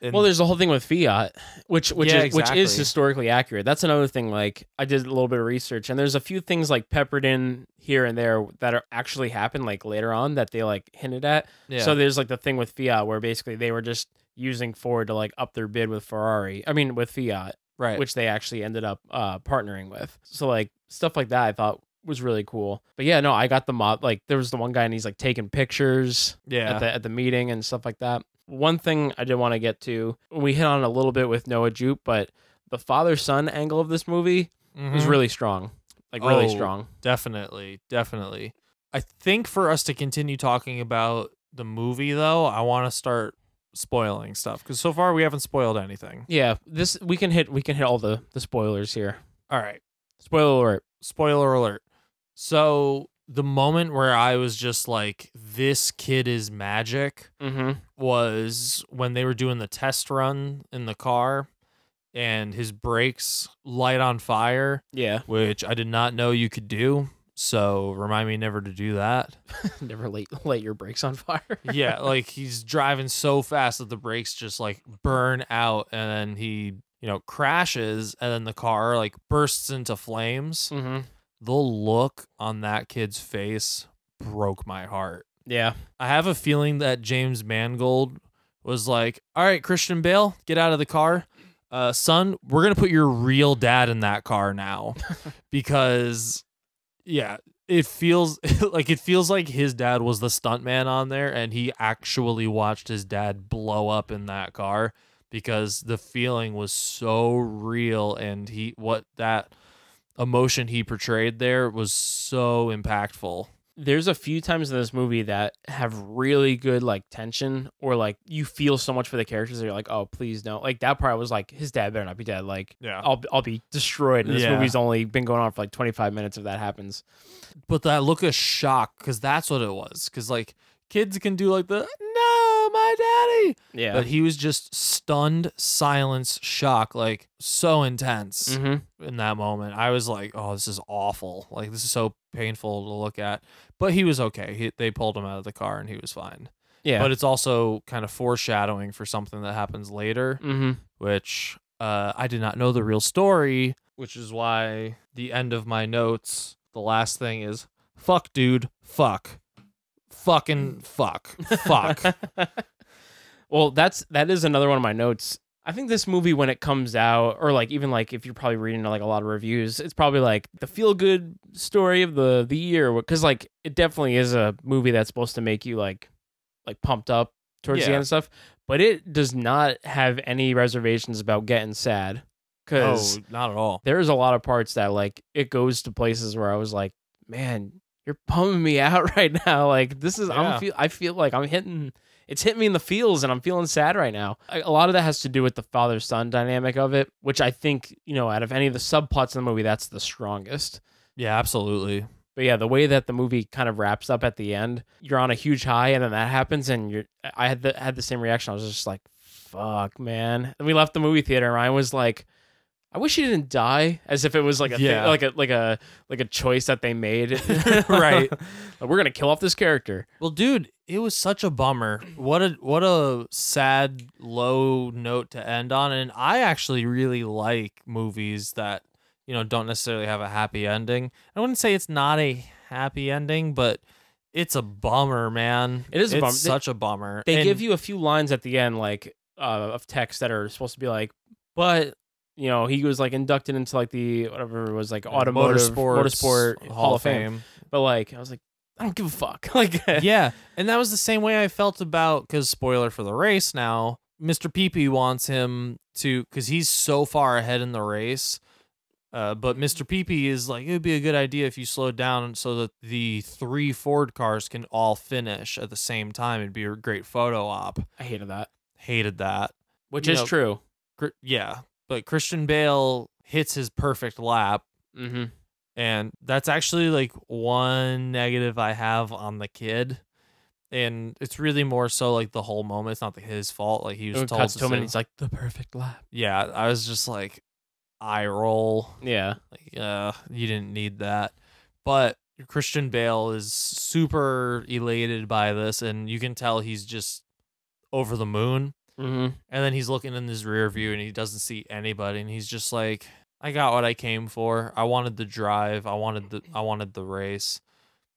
[SPEAKER 6] and-
[SPEAKER 7] well, there's the whole thing with Fiat, which which
[SPEAKER 6] Yeah,
[SPEAKER 7] is which is
[SPEAKER 6] exactly.
[SPEAKER 7] historically accurate. That's another thing. Like I did a little bit of research, and there's a few things like peppered in here and there that are actually happened like later on that they like hinted at.
[SPEAKER 6] Yeah.
[SPEAKER 7] So there's like the thing with Fiat where basically they were just using Ford to like up their bid with Ferrari. I mean with Fiat,
[SPEAKER 6] Right.
[SPEAKER 7] Which they actually ended up uh, partnering with. So like stuff like that, I thought was really cool. But yeah, no, I got the mob. Like there was the one guy and he's like taking pictures
[SPEAKER 6] Yeah.
[SPEAKER 7] at the at the meeting and stuff like that. One thing I did want to get to, we hit on it a little bit with Noah Jupe, but the father son angle of this movie is
[SPEAKER 6] Mhm.
[SPEAKER 7] really strong, like really
[SPEAKER 6] Oh,
[SPEAKER 7] strong.
[SPEAKER 6] Definitely, definitely. I think for us to continue talking about the movie, though, I want to start spoiling stuff because so far we haven't spoiled anything.
[SPEAKER 7] Yeah, this we can hit we can hit all the the spoilers here.
[SPEAKER 6] All right,
[SPEAKER 7] Spoiler alert.
[SPEAKER 6] spoiler alert. So the moment where I was just like, "This kid is magic,"
[SPEAKER 7] Mm-hmm.
[SPEAKER 6] was when they were doing the test run in the car, and his brakes light on fire,
[SPEAKER 7] Yeah,
[SPEAKER 6] which I did not know you could do. So remind me never to do that.
[SPEAKER 7] never light light your brakes on fire.
[SPEAKER 6] yeah, like he's driving so fast that the brakes just like burn out and then he, you know, crashes and then the car like bursts into flames.
[SPEAKER 7] Mm-hmm.
[SPEAKER 6] The look on that kid's face broke my heart.
[SPEAKER 7] Yeah.
[SPEAKER 6] I have a feeling that James Mangold was like, "All right, Christian Bale, get out of the car. Uh, son, we're going to put your real dad in that car now." because yeah, it feels like it feels like his dad was the stuntman on there and he actually watched his dad blow up in that car because the feeling was so real and he what that emotion he portrayed there was so impactful.
[SPEAKER 7] There's a few times in this movie that have really good like tension or like you feel so much for the characters that you're like, oh please no. Like that part I was like, his dad better not be dead. Like
[SPEAKER 6] Yeah.
[SPEAKER 7] I'll I'll be destroyed. And this
[SPEAKER 6] Yeah.
[SPEAKER 7] movie's only been going on for like 25 minutes if that happens.
[SPEAKER 6] But that look of shock, because that's what it was. Because like kids can do like the no, my daddy.
[SPEAKER 7] Yeah.
[SPEAKER 6] But he was just stunned, silence, shock, like so intense
[SPEAKER 7] Mhm.
[SPEAKER 6] in that moment. I was like, oh, this is awful. Like this is so painful to look at. But he was okay. He, they pulled him out of the car and he was fine.
[SPEAKER 7] Yeah.
[SPEAKER 6] But it's also kind of foreshadowing for something that happens later,
[SPEAKER 7] Mhm.
[SPEAKER 6] which uh, I did not know the real story, which is why the end of my notes, the last thing is fuck, dude, fuck. Fucking fuck. Fuck.
[SPEAKER 7] Well, that's that is another one of my notes. I think this movie when it comes out, or like even like if you're probably reading like a lot of reviews, it's probably like the feel good story of the the year because like it definitely is a movie that's supposed to make you like like pumped up towards the
[SPEAKER 6] Yeah.
[SPEAKER 7] end and stuff, but it does not have any reservations about getting sad because
[SPEAKER 6] Oh, not at all.
[SPEAKER 7] there's a lot of parts that like it goes to places where I was like, man, you're pumping me out right now. Like this is
[SPEAKER 6] Yeah.
[SPEAKER 7] I'm feel I feel like I'm hitting it's hitting me in the feels and I'm feeling sad right now. A a lot of that has to do with the father son dynamic of it, which I think, you know, out of any of the subplots in the movie, that's the strongest.
[SPEAKER 6] Yeah, absolutely.
[SPEAKER 7] But yeah, the way that the movie kind of wraps up at the end, you're on a huge high and then that happens and you're I had the had the same reaction. I was just like, fuck, man. And we left the movie theater and Ryan was like, I wish he didn't die, as if it was like a thing-
[SPEAKER 6] Yeah.
[SPEAKER 7] like a like a like a choice that they made.
[SPEAKER 6] Right.
[SPEAKER 7] Like, we're gonna kill off this character.
[SPEAKER 6] Well, dude, it was such a bummer. What a what a sad low note to end on. And I actually really like movies that you know don't necessarily have a happy ending. I wouldn't say it's not a happy ending, but it's a bummer, man.
[SPEAKER 7] It is a
[SPEAKER 6] It's
[SPEAKER 7] bummer. They-
[SPEAKER 6] Such a bummer.
[SPEAKER 7] They
[SPEAKER 6] And-
[SPEAKER 7] give you a few lines at the end, like uh, of text that are supposed to be like, but you know, he was like inducted into like the whatever it was like automotive
[SPEAKER 6] Motorsports
[SPEAKER 7] motorsport Hall of Fame. But like, I was like, I don't give a fuck. Like,
[SPEAKER 6] yeah, and that was the same way I felt about because spoiler for the race now. Mr. Peepee wants him to because he's so far ahead in the race. Uh, but Mr. Peepee is like, it would be a good idea if you slowed down so that the three Ford cars can all finish at the same time. It'd be a great photo op.
[SPEAKER 7] I hated that.
[SPEAKER 6] Hated that.
[SPEAKER 7] Which
[SPEAKER 6] You
[SPEAKER 7] is
[SPEAKER 6] know,
[SPEAKER 7] true.
[SPEAKER 6] Cr- yeah, but Christian Bale hits his perfect lap
[SPEAKER 7] Mm-hmm.
[SPEAKER 6] and that's actually like one negative I have on the kid. And it's really more so like the whole moment. It's not his fault. Like he was
[SPEAKER 7] It
[SPEAKER 6] told
[SPEAKER 7] cuts
[SPEAKER 6] to
[SPEAKER 7] to him and
[SPEAKER 6] say-
[SPEAKER 7] he's like, the perfect lap.
[SPEAKER 6] yeah, I was just like, eye roll.
[SPEAKER 7] Yeah.
[SPEAKER 6] Like, uh, you didn't need that. But Christian Bale is super elated by this, and you can tell he's just over the moon.
[SPEAKER 7] Mm-hmm.
[SPEAKER 6] And then he's looking in his rear view and he doesn't see anybody and he's just like, I got what I came for. I wanted the drive. I wanted the I wanted the race.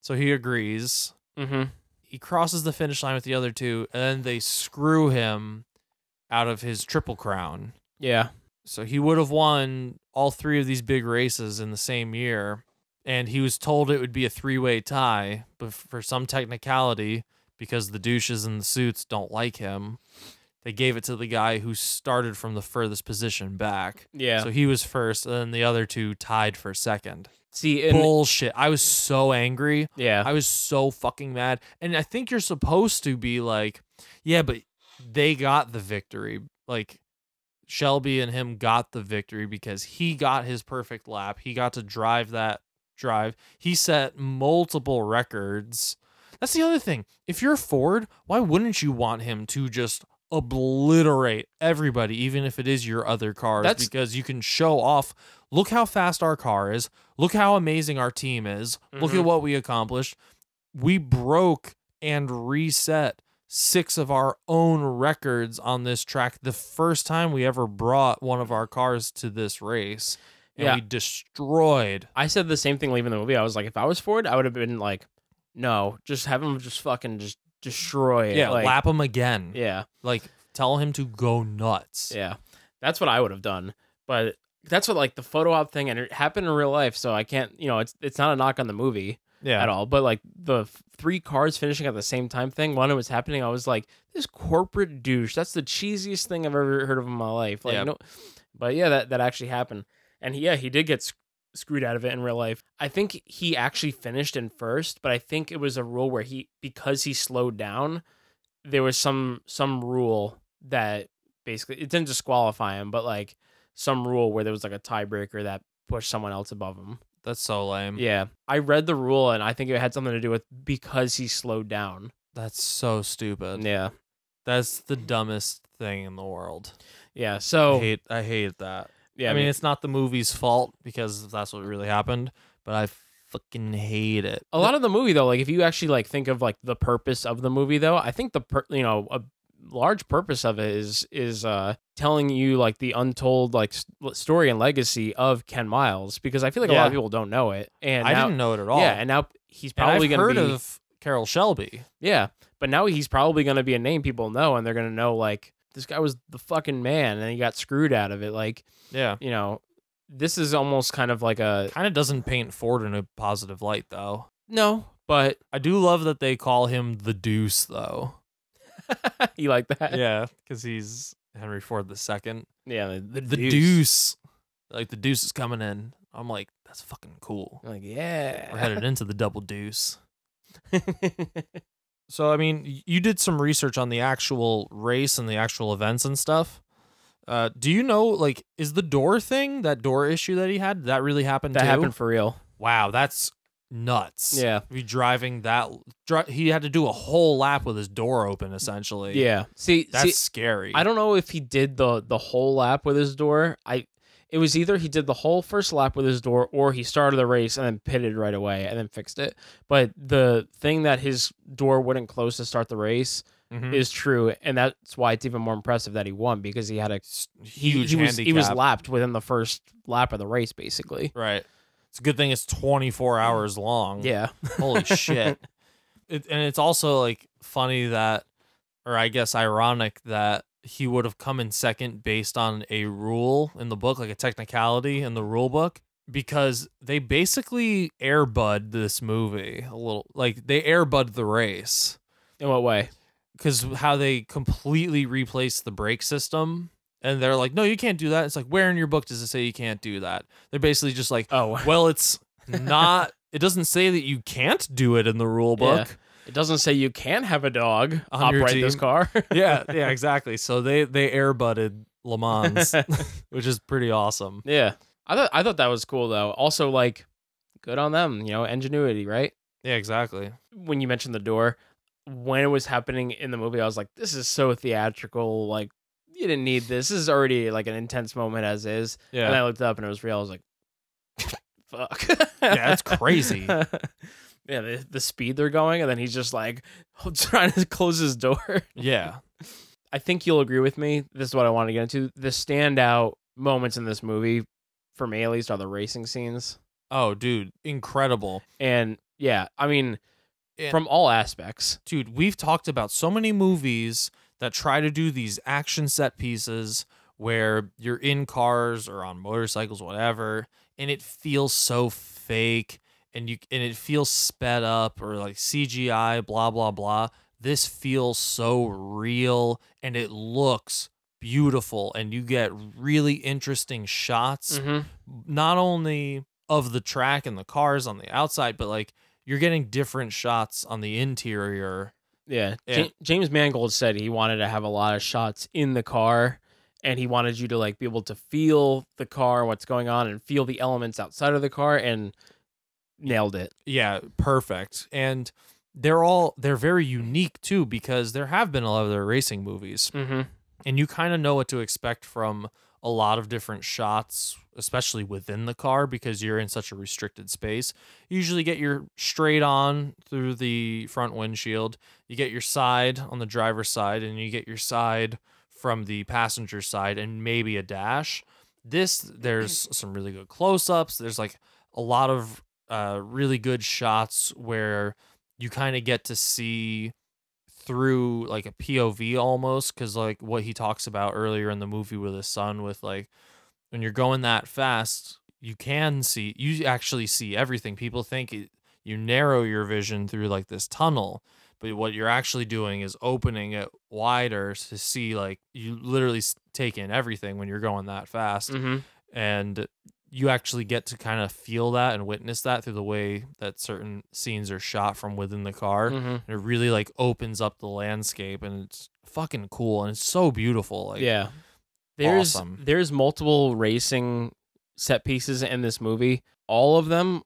[SPEAKER 6] So he agrees.
[SPEAKER 7] Mm-hmm.
[SPEAKER 6] He crosses the finish line with the other two, and then they screw him out of his triple crown.
[SPEAKER 7] Yeah.
[SPEAKER 6] So he would have won all three of these big races in the same year. And he was told it would be a three way tie, but for some technicality, because the douches in the suits don't like him, they gave it to the guy who started from the furthest position back.
[SPEAKER 7] Yeah.
[SPEAKER 6] So he was first, and then the other two tied for second.
[SPEAKER 7] See, and,
[SPEAKER 6] Bullshit. I was so angry.
[SPEAKER 7] yeah.
[SPEAKER 6] I was so fucking mad. And I think you're supposed to be like, yeah, but they got the victory. Like Shelby and him got the victory because he got his perfect lap. He got to drive that drive. He set multiple records. That's the other thing. If you're Ford, why wouldn't you want him to just obliterate everybody, even if it is your other cars?
[SPEAKER 7] That's-
[SPEAKER 6] because you can show off. Look how fast our car is. Look how amazing our team is. Look
[SPEAKER 7] Mhm.
[SPEAKER 6] at what we accomplished. We broke and reset six of our own records on this track the first time we ever brought one of our cars to this race. And
[SPEAKER 7] Yeah.
[SPEAKER 6] we destroyed.
[SPEAKER 7] I said the same thing leaving the movie. I was like, if I was Ford, I would have been like, No, just have him just fucking just destroy it.
[SPEAKER 6] Yeah,
[SPEAKER 7] like-
[SPEAKER 6] lap him again.
[SPEAKER 7] Yeah.
[SPEAKER 6] Like tell him to go nuts.
[SPEAKER 7] Yeah. That's what I would have done. But that's what like the photo op thing and it happened in real life, so I can't, you know, it's it's not a knock on the movie
[SPEAKER 6] Yeah.
[SPEAKER 7] at all. But like the f- three cars finishing at the same time thing, when it was happening, I was like, this corporate douche. That's the cheesiest thing I've ever heard of in my life. Like
[SPEAKER 6] Yeah.
[SPEAKER 7] no But yeah, that that actually happened. And he, yeah, he did get sc- screwed out of it in real life. I think he actually finished in first, but I think it was a rule where he because he slowed down, there was some some rule that basically it didn't disqualify him, but like some rule where there was like a tiebreaker that pushed someone else above him.
[SPEAKER 6] That's so lame.
[SPEAKER 7] Yeah, I read the rule and I think it had something to do with because he slowed down.
[SPEAKER 6] That's so stupid.
[SPEAKER 7] Yeah.
[SPEAKER 6] That's the dumbest thing in the world.
[SPEAKER 7] Yeah, so
[SPEAKER 6] I hate I hate that.
[SPEAKER 7] Oh. Yeah,
[SPEAKER 6] I
[SPEAKER 7] I
[SPEAKER 6] mean,
[SPEAKER 7] mean-
[SPEAKER 6] it's not the movie's fault because that's what really happened, but I fucking hate it.
[SPEAKER 7] A lot of the movie though, like if you actually like think of like the purpose of the movie though, I think the per- you know a large purpose of it is is uh telling you like the untold like s story and legacy of Ken Miles because I feel like a lot
[SPEAKER 6] Yeah.
[SPEAKER 7] of people don't know it and
[SPEAKER 6] I
[SPEAKER 7] now-
[SPEAKER 6] didn't know it at all.
[SPEAKER 7] Yeah, and now he's
[SPEAKER 6] And I've
[SPEAKER 7] probably gonna
[SPEAKER 6] heard
[SPEAKER 7] be
[SPEAKER 6] of Carol Shelby.
[SPEAKER 7] yeah, but now he's probably going to be a name people know, and they're going to know like this guy was the fucking man, and he got screwed out of it. Like,
[SPEAKER 6] Yeah.
[SPEAKER 7] you know, this is almost kind of like a
[SPEAKER 6] Kind of doesn't paint Ford in a positive light though.
[SPEAKER 7] no, but
[SPEAKER 6] I do love that they call him the Deuce though.
[SPEAKER 7] you like that?
[SPEAKER 6] yeah, because he's Henry Ford the second.
[SPEAKER 7] yeah, the,
[SPEAKER 6] The,
[SPEAKER 7] deuce.
[SPEAKER 6] deuce. like the Deuce is coming in. I'm like, that's fucking cool.
[SPEAKER 7] Like, yeah,
[SPEAKER 6] We're headed into the double Deuce. So I mean, y- you did some research on the actual race and the actual events and stuff. Uh, do you know, like, is the door thing that door issue that he had that really happened?
[SPEAKER 7] that
[SPEAKER 6] too?
[SPEAKER 7] happened for real.
[SPEAKER 6] Wow, that's nuts.
[SPEAKER 7] Yeah.
[SPEAKER 6] be driving that. Dri- he had to do a whole lap with his door open, essentially.
[SPEAKER 7] Yeah. See,
[SPEAKER 6] that's
[SPEAKER 7] see,
[SPEAKER 6] scary.
[SPEAKER 7] I don't know if he did the the whole lap with his door. I it was either he did the whole first lap with his door or he started the race and then pitted right away and then fixed it. But the thing that his door wouldn't close to start the race
[SPEAKER 6] Mhm.
[SPEAKER 7] is true and that's why it's even more impressive that he won because he had a he-
[SPEAKER 6] huge
[SPEAKER 7] he, was, he was
[SPEAKER 6] handicap.
[SPEAKER 7] lapped within the first lap of the race basically.
[SPEAKER 6] Right. It's a good thing it's 24 hours long.
[SPEAKER 7] Yeah.
[SPEAKER 6] Holy shit. It, and it's also like funny that, or I guess ironic that he would have come in second based on a rule in the book, like a technicality in the rule book, because they basically airbud this movie a little. Like they airbud the race
[SPEAKER 7] In what way?
[SPEAKER 6] because how they completely replace the brake system and they're like no you can't do that it's like where in your book does it say you can't do that they're basically just like
[SPEAKER 7] Oh.
[SPEAKER 6] well it's not it doesn't say that you can't do it in the rule book
[SPEAKER 7] It doesn't say you can have a dog
[SPEAKER 6] On your
[SPEAKER 7] operate this
[SPEAKER 6] team.
[SPEAKER 7] car.
[SPEAKER 6] yeah yeah exactly so they they airbutted le mans which is pretty awesome
[SPEAKER 7] Yeah. I thought I thought that was cool though. Also like good on them, you know, ingenuity, right?
[SPEAKER 6] yeah exactly
[SPEAKER 7] When you mentioned the door, when it was happening in the movie, I was like this is so theatrical like you didn't need this. This is already like an intense moment as is.
[SPEAKER 6] Yeah.
[SPEAKER 7] And I looked up and it was real. I was like fuck.
[SPEAKER 6] Yeah, that's crazy.
[SPEAKER 7] yeah, the, the speed they're going and then he's just like trying to close his door.
[SPEAKER 6] yeah
[SPEAKER 7] I think you'll agree with me. This is what I want to get into. The standout moments in this movie, for me at least, are the racing scenes.
[SPEAKER 6] oh dude incredible
[SPEAKER 7] And yeah, I mean,
[SPEAKER 6] And-
[SPEAKER 7] from all aspects.
[SPEAKER 6] dude, we've talked about so many movies that try to do these action set pieces where you're in cars or on motorcycles, whatever, and it feels so fake and you and it feels sped up or like CGI, blah blah blah. This feels so real and it looks beautiful and you get really interesting shots
[SPEAKER 7] Mhm.
[SPEAKER 6] not only of the track and the cars on the outside, but like you're getting different shots on the interior.
[SPEAKER 7] Yeah.
[SPEAKER 6] Yeah.
[SPEAKER 7] Ja- James Mangold said he wanted to have a lot of shots in the car and he wanted you to like be able to feel the car, what's going on, and feel the elements outside of the car and nailed it.
[SPEAKER 6] Yeah, perfect. And they're all they're very unique too because there have been a lot of other racing movies,
[SPEAKER 7] Mm-hmm.
[SPEAKER 6] and you kind of know what to expect from a lot of different shots, especially within the car because you're in such a restricted space. You usually get your straight on through the front windshield, you get your side on the driver's side, and you get your side from the passenger side, and maybe a dash. This there's some really good close ups. There's like a lot of uh, really good shots where you kind of get to see through like a POV almost because like what he talks about earlier in the movie with his son with like when you're going that fast you can see you actually see everything people think it, you narrow your vision through like this tunnel but what you're actually doing is opening it wider to see like you literally s- take in everything when you're going that fast
[SPEAKER 7] Mhm.
[SPEAKER 6] and you actually get to kind of feel that and witness that through the way that certain scenes are shot from within the car
[SPEAKER 7] Mhm.
[SPEAKER 6] and it really like opens up the landscape and it's fucking cool and it's so beautiful like
[SPEAKER 7] yeah. There's
[SPEAKER 6] awesome.
[SPEAKER 7] there's multiple racing set pieces in this movie. All of them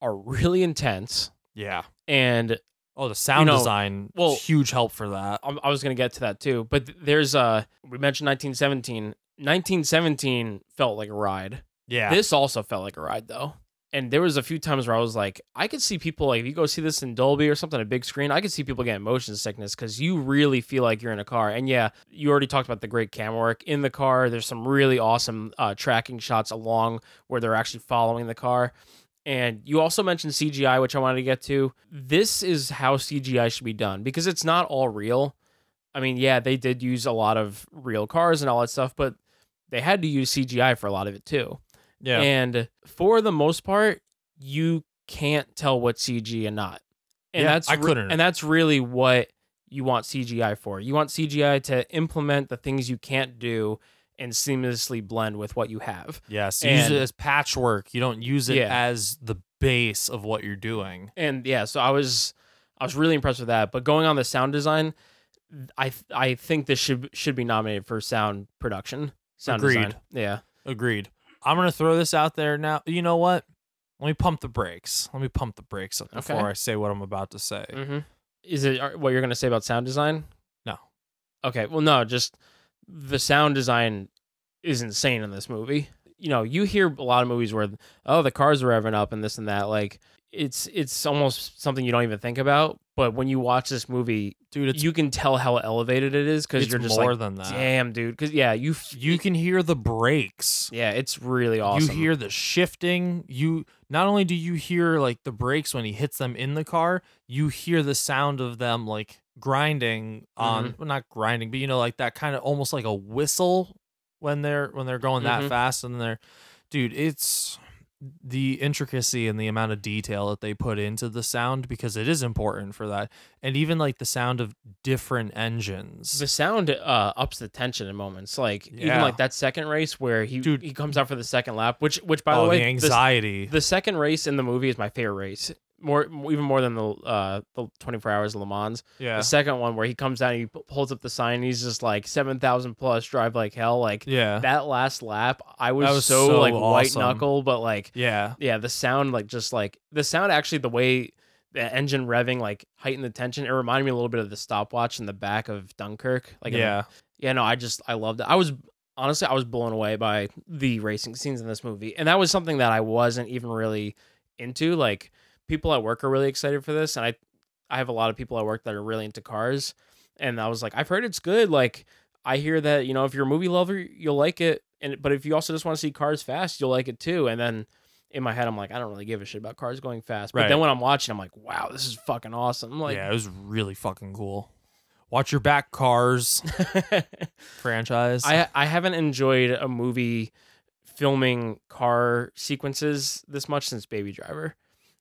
[SPEAKER 7] are really intense.
[SPEAKER 6] yeah
[SPEAKER 7] And
[SPEAKER 6] oh the sound
[SPEAKER 7] know,
[SPEAKER 6] design
[SPEAKER 7] well-
[SPEAKER 6] huge help for that
[SPEAKER 7] I, I was going to get to that too, but th- there's uh we mentioned 1917. 1917 felt like a ride.
[SPEAKER 6] Yeah.
[SPEAKER 7] This also felt like a ride though. And there was a few times where I was like, I could see people like if you go see this in Dolby or something a big screen, I could see people getting motion sickness cuz you really feel like you're in a car. And yeah, you already talked about the great camera work in the car. There's some really awesome uh, tracking shots along where they're actually following the car. And you also mentioned CGI, which I wanted to get to. This is how CGI should be done because it's not all real. I mean, yeah, they did use a lot of real cars and all that stuff, but they had to use CGI for a lot of it too.
[SPEAKER 6] Yeah.
[SPEAKER 7] And for the most part, you can't tell what's CG and not. And
[SPEAKER 6] Yeah,
[SPEAKER 7] that's
[SPEAKER 6] I
[SPEAKER 7] re-
[SPEAKER 6] couldn't.
[SPEAKER 7] And that's really what you want CGI for. You want CGI to implement the things you can't do and seamlessly blend with what you have.
[SPEAKER 6] yes use
[SPEAKER 7] And-
[SPEAKER 6] it as patchwork you don't use it
[SPEAKER 7] Yeah.
[SPEAKER 6] as the base of what you're doing
[SPEAKER 7] and yeah so i was i was really impressed with that but going on the sound design i th- i think this should should be nominated for sound production sound
[SPEAKER 6] Agreed.
[SPEAKER 7] design yeah
[SPEAKER 6] Agreed. I'm gonna throw this out there now. You know what? Let me pump the brakes. Let me pump the brakes up before
[SPEAKER 7] Okay.
[SPEAKER 6] I say what I'm about to say.
[SPEAKER 7] mm-hmm. is it are- what you're gonna say about sound design
[SPEAKER 6] No.
[SPEAKER 7] okay well no just the sound design is insane in this movie you know you hear a lot of movies where oh the cars are revving up and this and that like it's it's almost something you don't even think about but when you watch this movie
[SPEAKER 6] dude it's,
[SPEAKER 7] you can tell how elevated it is because
[SPEAKER 6] It's
[SPEAKER 7] you're just
[SPEAKER 6] more
[SPEAKER 7] like,
[SPEAKER 6] than that.
[SPEAKER 7] damn dude because yeah you f-
[SPEAKER 6] You can hear the brakes.
[SPEAKER 7] Yeah, it's really awesome.
[SPEAKER 6] You hear the shifting. You not only do you hear like the brakes when he hits them in the car, you hear the sound of them like grinding on
[SPEAKER 7] Mm-hmm.
[SPEAKER 6] well, not grinding, but you know like that kind of almost like a whistle when they're when they're going that
[SPEAKER 7] Mhm.
[SPEAKER 6] fast and they're dude, it's the intricacy and the amount of detail that they put into the sound because it is important for that. And even like the sound of different engines.
[SPEAKER 7] the sound uh, ups the tension in moments. Like even
[SPEAKER 6] Yeah.
[SPEAKER 7] like that second race where he
[SPEAKER 6] Dude.
[SPEAKER 7] he comes out for the second lap, which which by
[SPEAKER 6] Oh,
[SPEAKER 7] the
[SPEAKER 6] the
[SPEAKER 7] way this-
[SPEAKER 6] anxiety.
[SPEAKER 7] The, second race in the movie is my favorite race. More even more than the uh the 24 hours of Le Mans.
[SPEAKER 6] Yeah.
[SPEAKER 7] The second one where he comes down and he p- pulls up the sign and he's just like 7,000 plus drive like hell like
[SPEAKER 6] Yeah.
[SPEAKER 7] that last lap I was,
[SPEAKER 6] That was
[SPEAKER 7] so,
[SPEAKER 6] so
[SPEAKER 7] like white
[SPEAKER 6] awesome.
[SPEAKER 7] knuckle but like
[SPEAKER 6] yeah.
[SPEAKER 7] yeah the sound like just like the sound actually the way the engine revving like heightened the tension it reminded me a little bit of the stopwatch in the back of dunkirk like in the-
[SPEAKER 6] Yeah.
[SPEAKER 7] yeah no i just i loved it i was honestly i was blown away by the racing scenes in this movie and that was something that i wasn't even really into like people at work are really excited for this and i i have a lot of people at work that are really into cars and i was like i've heard it's good like i hear that you know if you're a movie lover you'll like it and but if you also just want to see cars fast you'll like it too and then in my head i'm like i don't really give a shit about cars going fast but
[SPEAKER 6] Right.
[SPEAKER 7] then when i'm watching i'm like wow this is fucking awesome like
[SPEAKER 6] yeah, it was really fucking cool. Watch your back, Cars franchise.
[SPEAKER 7] I I haven't enjoyed a movie filming car sequences this much since Baby Driver.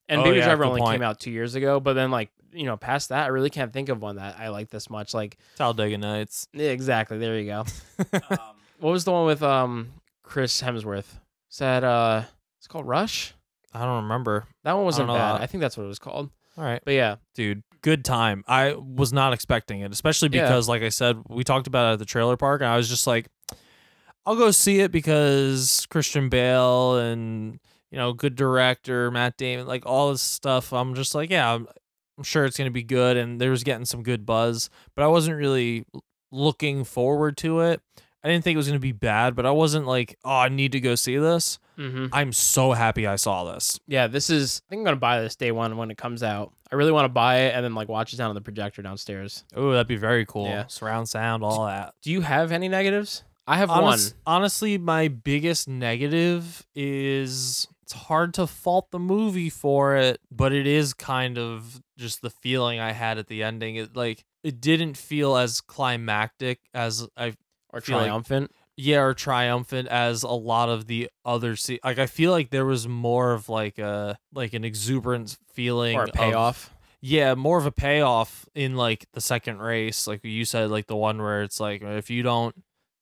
[SPEAKER 7] And
[SPEAKER 6] Oh,
[SPEAKER 7] Baby
[SPEAKER 6] yeah,
[SPEAKER 7] Driver
[SPEAKER 6] good
[SPEAKER 7] only
[SPEAKER 6] point.
[SPEAKER 7] came out 2 years ago, but then like, you know, past that I really can't think of one that I like this much. Like
[SPEAKER 6] Talladega Nights.
[SPEAKER 7] yeah, exactly, there you go. um, what was the one with um Chris Hemsworth? Is that uh it's called Rush?
[SPEAKER 6] I don't remember.
[SPEAKER 7] That one wasn't
[SPEAKER 6] know
[SPEAKER 7] bad.
[SPEAKER 6] that.
[SPEAKER 7] I think that's what it was called.
[SPEAKER 6] All right,
[SPEAKER 7] But yeah,
[SPEAKER 6] dude, good time. I was not expecting it, especially
[SPEAKER 7] Yeah.
[SPEAKER 6] because, like I said, we talked about it at the trailer park, and I was just like, I'll go see it because Christian Bale and you know, good director Matt Damon, like all this stuff. I'm just like, yeah, I'm, I'm sure it's gonna be good, and there was getting some good buzz, but I wasn't really looking forward to it. I didn't think it was gonna be bad, but I wasn't like, oh, I need to go see this.
[SPEAKER 7] Mhm.
[SPEAKER 6] I'm so happy I saw this.
[SPEAKER 7] Yeah, this is. I think I'm gonna buy this day one when it comes out. I really want to buy it and then like watch it down on the projector downstairs.
[SPEAKER 6] Oh, that'd be very cool.
[SPEAKER 7] Yeah.
[SPEAKER 6] Surround sound, all that.
[SPEAKER 7] Do you have any negatives? I have
[SPEAKER 6] Honest- Honestly, my biggest negative is it's hard to fault the movie for it, but it is kind of just the feeling I had at the ending. It like it didn't feel as climactic as I
[SPEAKER 7] or
[SPEAKER 6] feel like-
[SPEAKER 7] triumphant.
[SPEAKER 6] yeah, or triumphant as a lot of the other se- like I feel like there was more of like a like an exuberant feeling
[SPEAKER 7] Or a
[SPEAKER 6] of-
[SPEAKER 7] payoff.
[SPEAKER 6] yeah, more of a payoff in like the second race, like you said, like the one where it's like if you don't,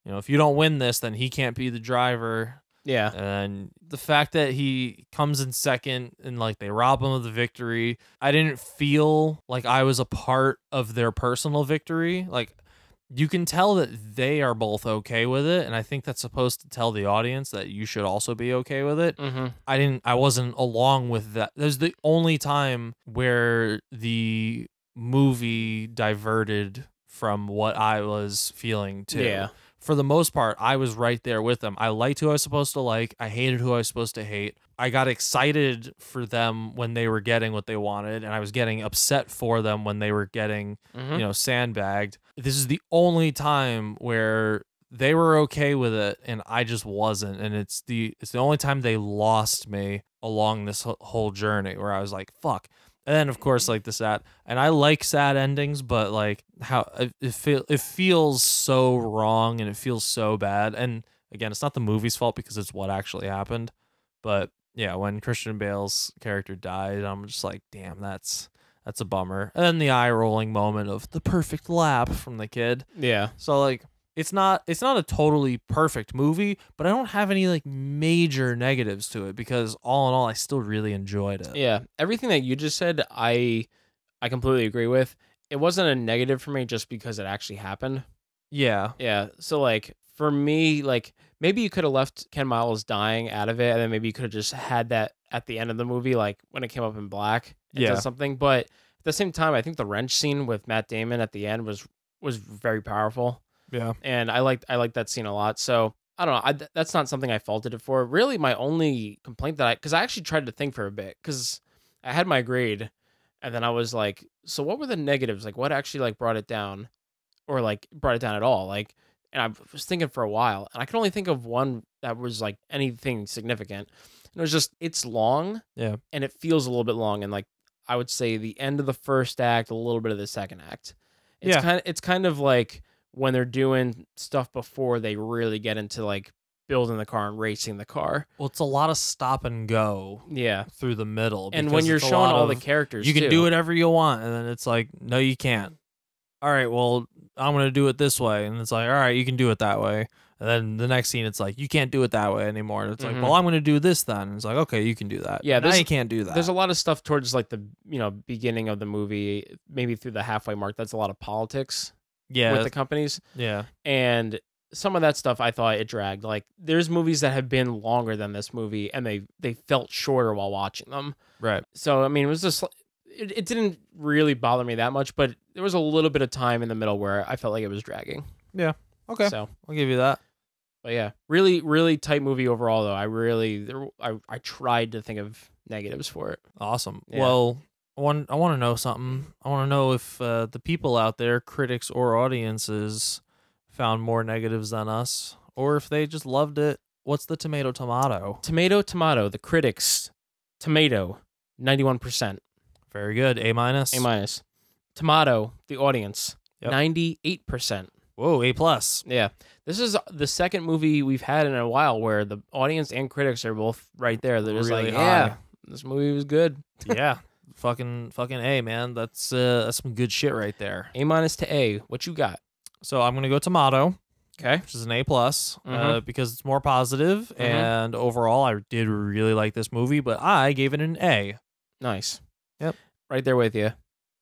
[SPEAKER 6] you know, if you don't win this, then he can't be the driver.
[SPEAKER 7] Yeah.
[SPEAKER 6] And the fact that he comes in second and like they rob him of the victory, I didn't feel like I was a part of their personal victory. Like you can tell that they are both okay with it and i think that's supposed to tell the audience that you should also be okay with it
[SPEAKER 7] Mhm.
[SPEAKER 6] i didn't i wasn't along with that that was the only time where the movie diverted from what i was feeling too
[SPEAKER 7] Yeah.
[SPEAKER 6] for the most part i was right there with them i liked who i was supposed to like i hated who i was supposed to hate i got excited for them when they were getting what they wanted and i was getting upset for them when they were getting
[SPEAKER 7] Mhm.
[SPEAKER 6] you know know, sandbagged. This is the only time where they were okay with it and I just wasn't and it's the it's the only time they lost me along this wh- whole journey where I was like fuck. And then of course like the sad and I like sad endings but like how it, it feel it feels so wrong and it feels so bad and again it's not the movie's fault because it's what actually happened but yeah when Christian Bale's character died I'm just like damn that's that's a bummer. And then the eye rolling moment of the perfect lap from the kid.
[SPEAKER 7] Yeah.
[SPEAKER 6] So like it's not it's not a totally perfect movie, but I don't have any like major negatives to it because all in all I still really enjoyed it.
[SPEAKER 7] Yeah, everything that you just said, I I completely agree with. It wasn't a negative for me just because it actually happened.
[SPEAKER 6] Yeah.
[SPEAKER 7] Yeah. So like for me, like maybe you could have left Ken Miles dying out of it, and then maybe you could have just had that at the end of the movie, like when it came up in black, it
[SPEAKER 6] Yeah.
[SPEAKER 7] does something. But at the same time, I think the wrench scene with Matt Damon at the end was was very powerful
[SPEAKER 6] Yeah.
[SPEAKER 7] and I liked I liked that scene a lot. So I don't know. I, th- that's not something I faulted it for. Really, my only complaint that I because I actually tried to think for a bit because I had my grade, and then I was like, so what were the negatives? Like, what actually like brought it down, or like brought it down at all? Like, and I was thinking for a while, and I could only think of one that was like anything significant. And it was just it's long,
[SPEAKER 6] Yeah.
[SPEAKER 7] and it feels a little bit long, and like I would say the end of the first act, a little bit of the second act. It's
[SPEAKER 6] Yeah.
[SPEAKER 7] kind of it's kind of like when they're doing stuff before they really get into like building the car and racing the car.
[SPEAKER 6] Well, it's a lot of stop and go
[SPEAKER 7] Yeah.
[SPEAKER 6] through the middle.
[SPEAKER 7] And
[SPEAKER 6] because
[SPEAKER 7] when you're
[SPEAKER 6] it's a
[SPEAKER 7] showing
[SPEAKER 6] lot
[SPEAKER 7] all the
[SPEAKER 6] of,
[SPEAKER 7] characters,
[SPEAKER 6] you can
[SPEAKER 7] too.
[SPEAKER 6] do whatever you want, and then it's like, no, you can't. All right, well, I'm gonna do it this way, and it's like, all right, you can do it that way. And then the next scene, it's like, you can't do it that way anymore. And it's
[SPEAKER 7] Mhm.
[SPEAKER 6] like, well, I'm gonna do this then. And it's like, okay, you can do that.
[SPEAKER 7] Yeah,
[SPEAKER 6] now
[SPEAKER 7] there's-
[SPEAKER 6] you can't do that.
[SPEAKER 7] There's a lot of stuff towards like the you know beginning of the movie, maybe through the halfway mark. That's a lot of politics
[SPEAKER 6] yeah,
[SPEAKER 7] with the companies.
[SPEAKER 6] yeah,
[SPEAKER 7] and some of that stuff I thought it dragged. Like there's movies that have been longer than this movie, and they they felt shorter while watching them.
[SPEAKER 6] right.
[SPEAKER 7] So I mean, it was just it, it didn't really bother me that much, but there was a little bit of time in the middle where I felt like it was dragging.
[SPEAKER 6] Yeah. Okay.
[SPEAKER 7] So,
[SPEAKER 6] I'll give you that.
[SPEAKER 7] but yeah, really really tight movie overall though. I really there, I I tried to think of negatives for it.
[SPEAKER 6] Awesome.
[SPEAKER 7] Yeah.
[SPEAKER 6] Well, I want I want to know something. I want to know if uh, the people out there, critics or audiences, found more negatives than us, or if they just loved it. What's the tomato tomato?
[SPEAKER 7] Tomato tomato, the critics tomato 91%,
[SPEAKER 6] Very good. A minus.
[SPEAKER 7] A minus. Tomato, the audience
[SPEAKER 6] Yep.
[SPEAKER 7] 98%.
[SPEAKER 6] Whoa, A plus.
[SPEAKER 7] Yeah. This is the second movie we've had in a while where the audience and critics are both right there. They're just
[SPEAKER 6] Really
[SPEAKER 7] like,
[SPEAKER 6] high.
[SPEAKER 7] yeah, this movie was good.
[SPEAKER 6] yeah. Fucking fucking A, man. That's uh, that's some good shit right there.
[SPEAKER 7] A minus to A. What you got?
[SPEAKER 6] So I'm gonna go tomato.
[SPEAKER 7] Okay.
[SPEAKER 6] which is an A plus, uh,
[SPEAKER 7] Mhm.
[SPEAKER 6] because it's more positive,
[SPEAKER 7] Mhm.
[SPEAKER 6] and overall, I did really like this movie, but I gave it an A.
[SPEAKER 7] Nice.
[SPEAKER 6] Yep.
[SPEAKER 7] Right there with you.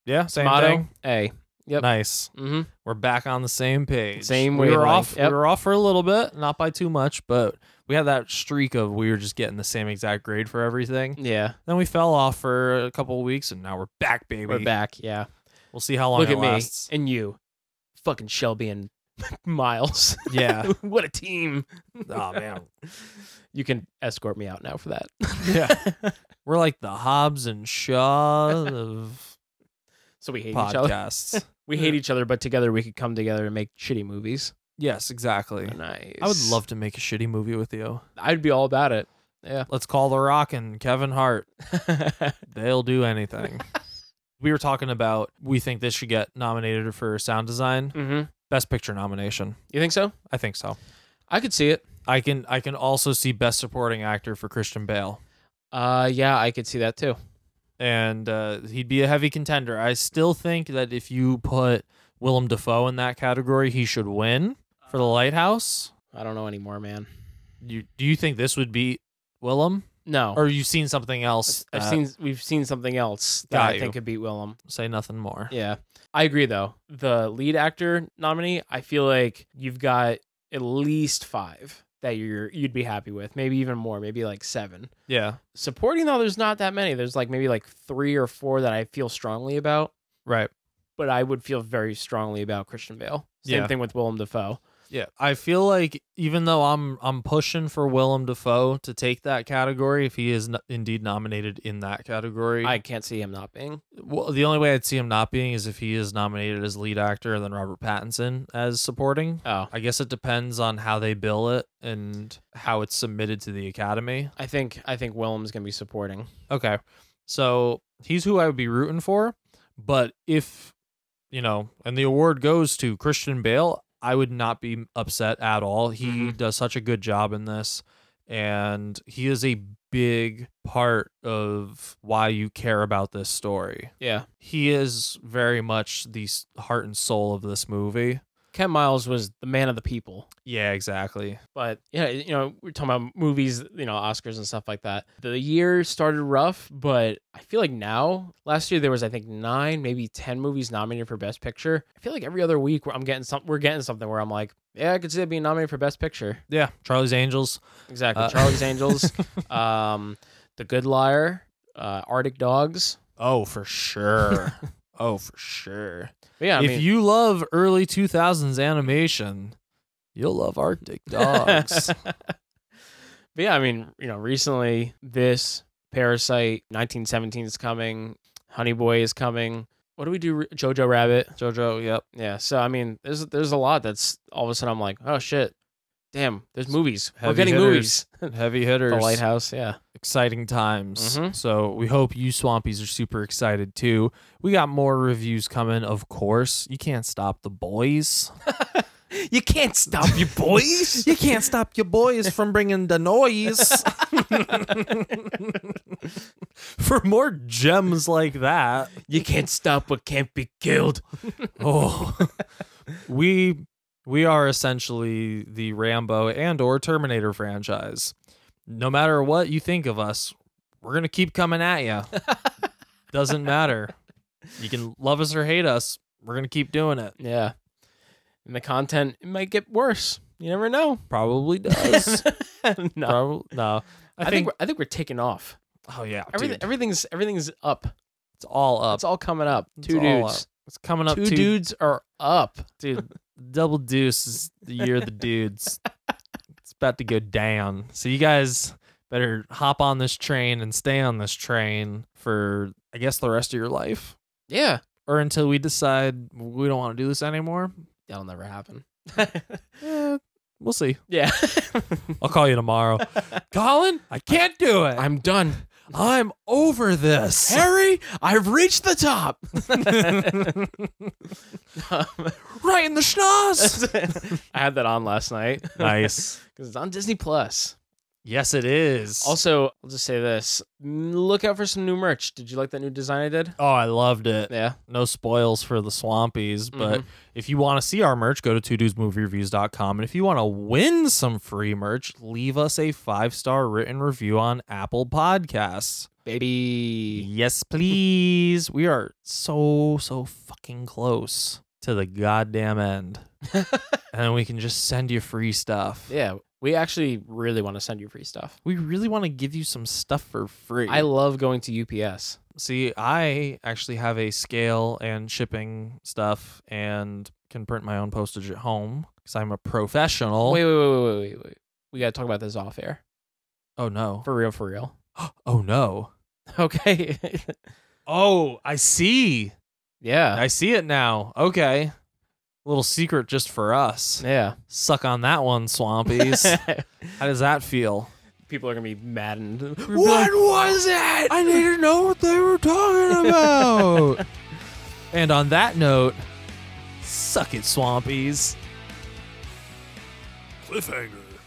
[SPEAKER 6] Yeah, same
[SPEAKER 7] Tomato,
[SPEAKER 6] thing.
[SPEAKER 7] A. Yep.
[SPEAKER 6] Nice.
[SPEAKER 7] Mm-hmm.
[SPEAKER 6] We're back on the same page.
[SPEAKER 7] Same
[SPEAKER 6] We were
[SPEAKER 7] wavelength.
[SPEAKER 6] off.
[SPEAKER 7] Yep.
[SPEAKER 6] We were off for a little bit, not by too much, but we had that streak of we were just getting the same exact grade for everything.
[SPEAKER 7] Yeah.
[SPEAKER 6] Then we fell off for a couple of weeks, and now we're back, baby.
[SPEAKER 7] We're back. Yeah.
[SPEAKER 6] We'll see how long
[SPEAKER 7] Look
[SPEAKER 6] it
[SPEAKER 7] at
[SPEAKER 6] lasts.
[SPEAKER 7] me and you. Fucking Shelby and Miles.
[SPEAKER 6] Yeah.
[SPEAKER 7] what a team.
[SPEAKER 6] oh man,
[SPEAKER 7] You can escort me out now for that.
[SPEAKER 6] Yeah. we're like the Hobbs and Shaw of
[SPEAKER 7] so we hate each other.
[SPEAKER 6] podcasts.
[SPEAKER 7] We hate each other, but together we could come together and make shitty movies.
[SPEAKER 6] yes, exactly.
[SPEAKER 7] Nice.
[SPEAKER 6] I would love to make a shitty movie with you.
[SPEAKER 7] I'd be all about it. Yeah.
[SPEAKER 6] Let's call The Rock and Kevin Hart. They'll do anything. we were talking about we think this should get nominated for sound design.
[SPEAKER 7] Mm-hmm.
[SPEAKER 6] Best picture nomination.
[SPEAKER 7] You think so?
[SPEAKER 6] I think so.
[SPEAKER 7] I could see it.
[SPEAKER 6] I can I can also see best supporting actor for Christian Bale.
[SPEAKER 7] Uh, yeah, I could see that too.
[SPEAKER 6] And uh, he'd be a heavy contender. I still think that if you put Willem Dafoe in that category, he should win for The Lighthouse.
[SPEAKER 7] I don't know anymore, man.
[SPEAKER 6] You do you think this would beat Willem?
[SPEAKER 7] No.
[SPEAKER 6] Or you've seen something else?
[SPEAKER 7] I've
[SPEAKER 6] that-
[SPEAKER 7] seen we've seen something else that
[SPEAKER 6] Got
[SPEAKER 7] I
[SPEAKER 6] you.
[SPEAKER 7] think could beat Willem.
[SPEAKER 6] Say nothing more.
[SPEAKER 7] Yeah. I agree though. The lead actor nominee, I feel like you've got at least 5 that you're you'd be happy with, maybe even more, maybe like 7.
[SPEAKER 6] Yeah.
[SPEAKER 7] Supporting though there's not that many. There's like maybe like 3 or 4 that I feel strongly about,
[SPEAKER 6] Right.
[SPEAKER 7] but I would feel very strongly about Christian Bale. Same
[SPEAKER 6] Yeah.
[SPEAKER 7] thing with Willem Dafoe.
[SPEAKER 6] Yeah, I feel like even though I'm I'm pushing for Willem Dafoe to take that category, if he is no- indeed nominated in that category,
[SPEAKER 7] I can't see him not being.
[SPEAKER 6] well, the only way I'd see him not being is if he is nominated as lead actor and then Robert Pattinson as supporting.
[SPEAKER 7] Oh.
[SPEAKER 6] I guess it depends on how they bill it and how it's submitted to the Academy.
[SPEAKER 7] I think I think Willem's going to be supporting.
[SPEAKER 6] Okay. So he's who I would be rooting for. But if, you know, and the award goes to Christian Bale, I would not be upset at all. He does such a good job in this. And he is a big part of why you care about this story.
[SPEAKER 7] Yeah.
[SPEAKER 6] He is very much the s- heart and soul of this movie.
[SPEAKER 7] Ken Miles was the man of the people.
[SPEAKER 6] Yeah, exactly.
[SPEAKER 7] But yeah, you know, we're talking about movies, you know, Oscars and stuff like that. The year started rough, but I feel like now, last year there was I think nine, maybe ten movies nominated for Best Picture. I feel like every other week where I'm getting some, we're getting something where I'm like, yeah, I could see it being nominated for Best Picture.
[SPEAKER 6] Yeah. Charlie's Angels.
[SPEAKER 7] Exactly,
[SPEAKER 6] Uh,
[SPEAKER 7] Charlie's Angels, um, The Good Liar, uh, Arctic Dogs.
[SPEAKER 6] Oh, for sure. oh, for sure.
[SPEAKER 7] But yeah, I
[SPEAKER 6] if
[SPEAKER 7] mean,
[SPEAKER 6] you love early 2000s animation, you'll love Arctic Dogs.
[SPEAKER 7] but yeah, I mean, you know, recently this Parasite, 1917 is coming, Honey Boy is coming. What do we do? re- Jojo Rabbit.
[SPEAKER 6] Jojo, yep.
[SPEAKER 7] Yeah. So I mean, there's there's a lot that's all of a sudden I'm like, oh shit, damn, there's movies. We're
[SPEAKER 6] Heavy
[SPEAKER 7] getting
[SPEAKER 6] hitters.
[SPEAKER 7] movies.
[SPEAKER 6] Heavy hitters.
[SPEAKER 7] the Lighthouse. Yeah.
[SPEAKER 6] Exciting times.
[SPEAKER 7] Mhm.
[SPEAKER 6] So we hope you swampies are super excited too. We got more reviews coming, of course. You can't stop the boys.
[SPEAKER 7] You can't stop your boys.
[SPEAKER 6] you can't stop your boys from bringing the noise. For more gems like that.
[SPEAKER 7] you can't stop what can't be killed.
[SPEAKER 6] oh we we are essentially the rambo and or terminator franchise no matter what you think of us we're gonna keep coming at you doesn't matter you can love us or hate us we're gonna keep doing it
[SPEAKER 7] Yeah. And the content it might get worse. You never know.
[SPEAKER 6] probably does
[SPEAKER 7] no.
[SPEAKER 6] Prob- no
[SPEAKER 7] I, think, we're, I think we're taking off.
[SPEAKER 6] oh yeah
[SPEAKER 7] Everything,
[SPEAKER 6] dude.
[SPEAKER 7] everything's everything's up.
[SPEAKER 6] it's all up
[SPEAKER 7] It's all coming up.
[SPEAKER 6] It's
[SPEAKER 7] Two
[SPEAKER 6] all
[SPEAKER 7] dudes.
[SPEAKER 6] up. it's coming up
[SPEAKER 7] Two
[SPEAKER 6] to-
[SPEAKER 7] dudes are up.
[SPEAKER 6] dude double deuce is the year of the dudes it's about to go down so you guys better hop on this train and stay on this train for i guess the rest of your life
[SPEAKER 7] Yeah.
[SPEAKER 6] or until we decide we don't want to do this anymore
[SPEAKER 7] That'll never happen.
[SPEAKER 6] Eh, we'll see
[SPEAKER 7] yeah.
[SPEAKER 6] i'll call you tomorrow colin i can't do it
[SPEAKER 7] I'm done.
[SPEAKER 6] i'm over this
[SPEAKER 7] Harry, I've reached the top.
[SPEAKER 6] right in the schnoz
[SPEAKER 7] I had that on last night.
[SPEAKER 6] nice
[SPEAKER 7] Because it's on Disney Plus.
[SPEAKER 6] yes it is
[SPEAKER 7] Also, I'll just say this. Mm, Look out for some new merch. Did you like that new design I did?
[SPEAKER 6] oh i loved it
[SPEAKER 7] Yeah.
[SPEAKER 6] no spoils for the swampies but
[SPEAKER 7] Mhm.
[SPEAKER 6] if you want to see our merch go to twodudesmoviereviews.com and if you want to win some free merch leave us a five star written review on apple podcasts
[SPEAKER 7] Baby.
[SPEAKER 6] yes please we are so so fucking close to the goddamn end and we can just send you free stuff
[SPEAKER 7] Yeah. We actually really want to send you free stuff.
[SPEAKER 6] we really want to give you some stuff for free
[SPEAKER 7] I love going to UPS.
[SPEAKER 6] See, I actually have a scale and shipping stuff and can print my own postage at home because I'm a professional.
[SPEAKER 7] Wait, wait, wait, wait, wait, wait, wait. We gotta talk about this off air.
[SPEAKER 6] Oh, no.
[SPEAKER 7] For real, for real.
[SPEAKER 6] Oh, no.
[SPEAKER 7] Okay.
[SPEAKER 6] Oh, I see.
[SPEAKER 7] yeah.
[SPEAKER 6] I see it now. Okay. Little secret just for us.
[SPEAKER 7] Yeah.
[SPEAKER 6] Suck on that one, Swampies. How does that feel?
[SPEAKER 7] people are gonna be maddened.
[SPEAKER 6] What was it? I need to know what they were talking about. and on that note, suck it, Swampies.
[SPEAKER 12] Cliffhanger.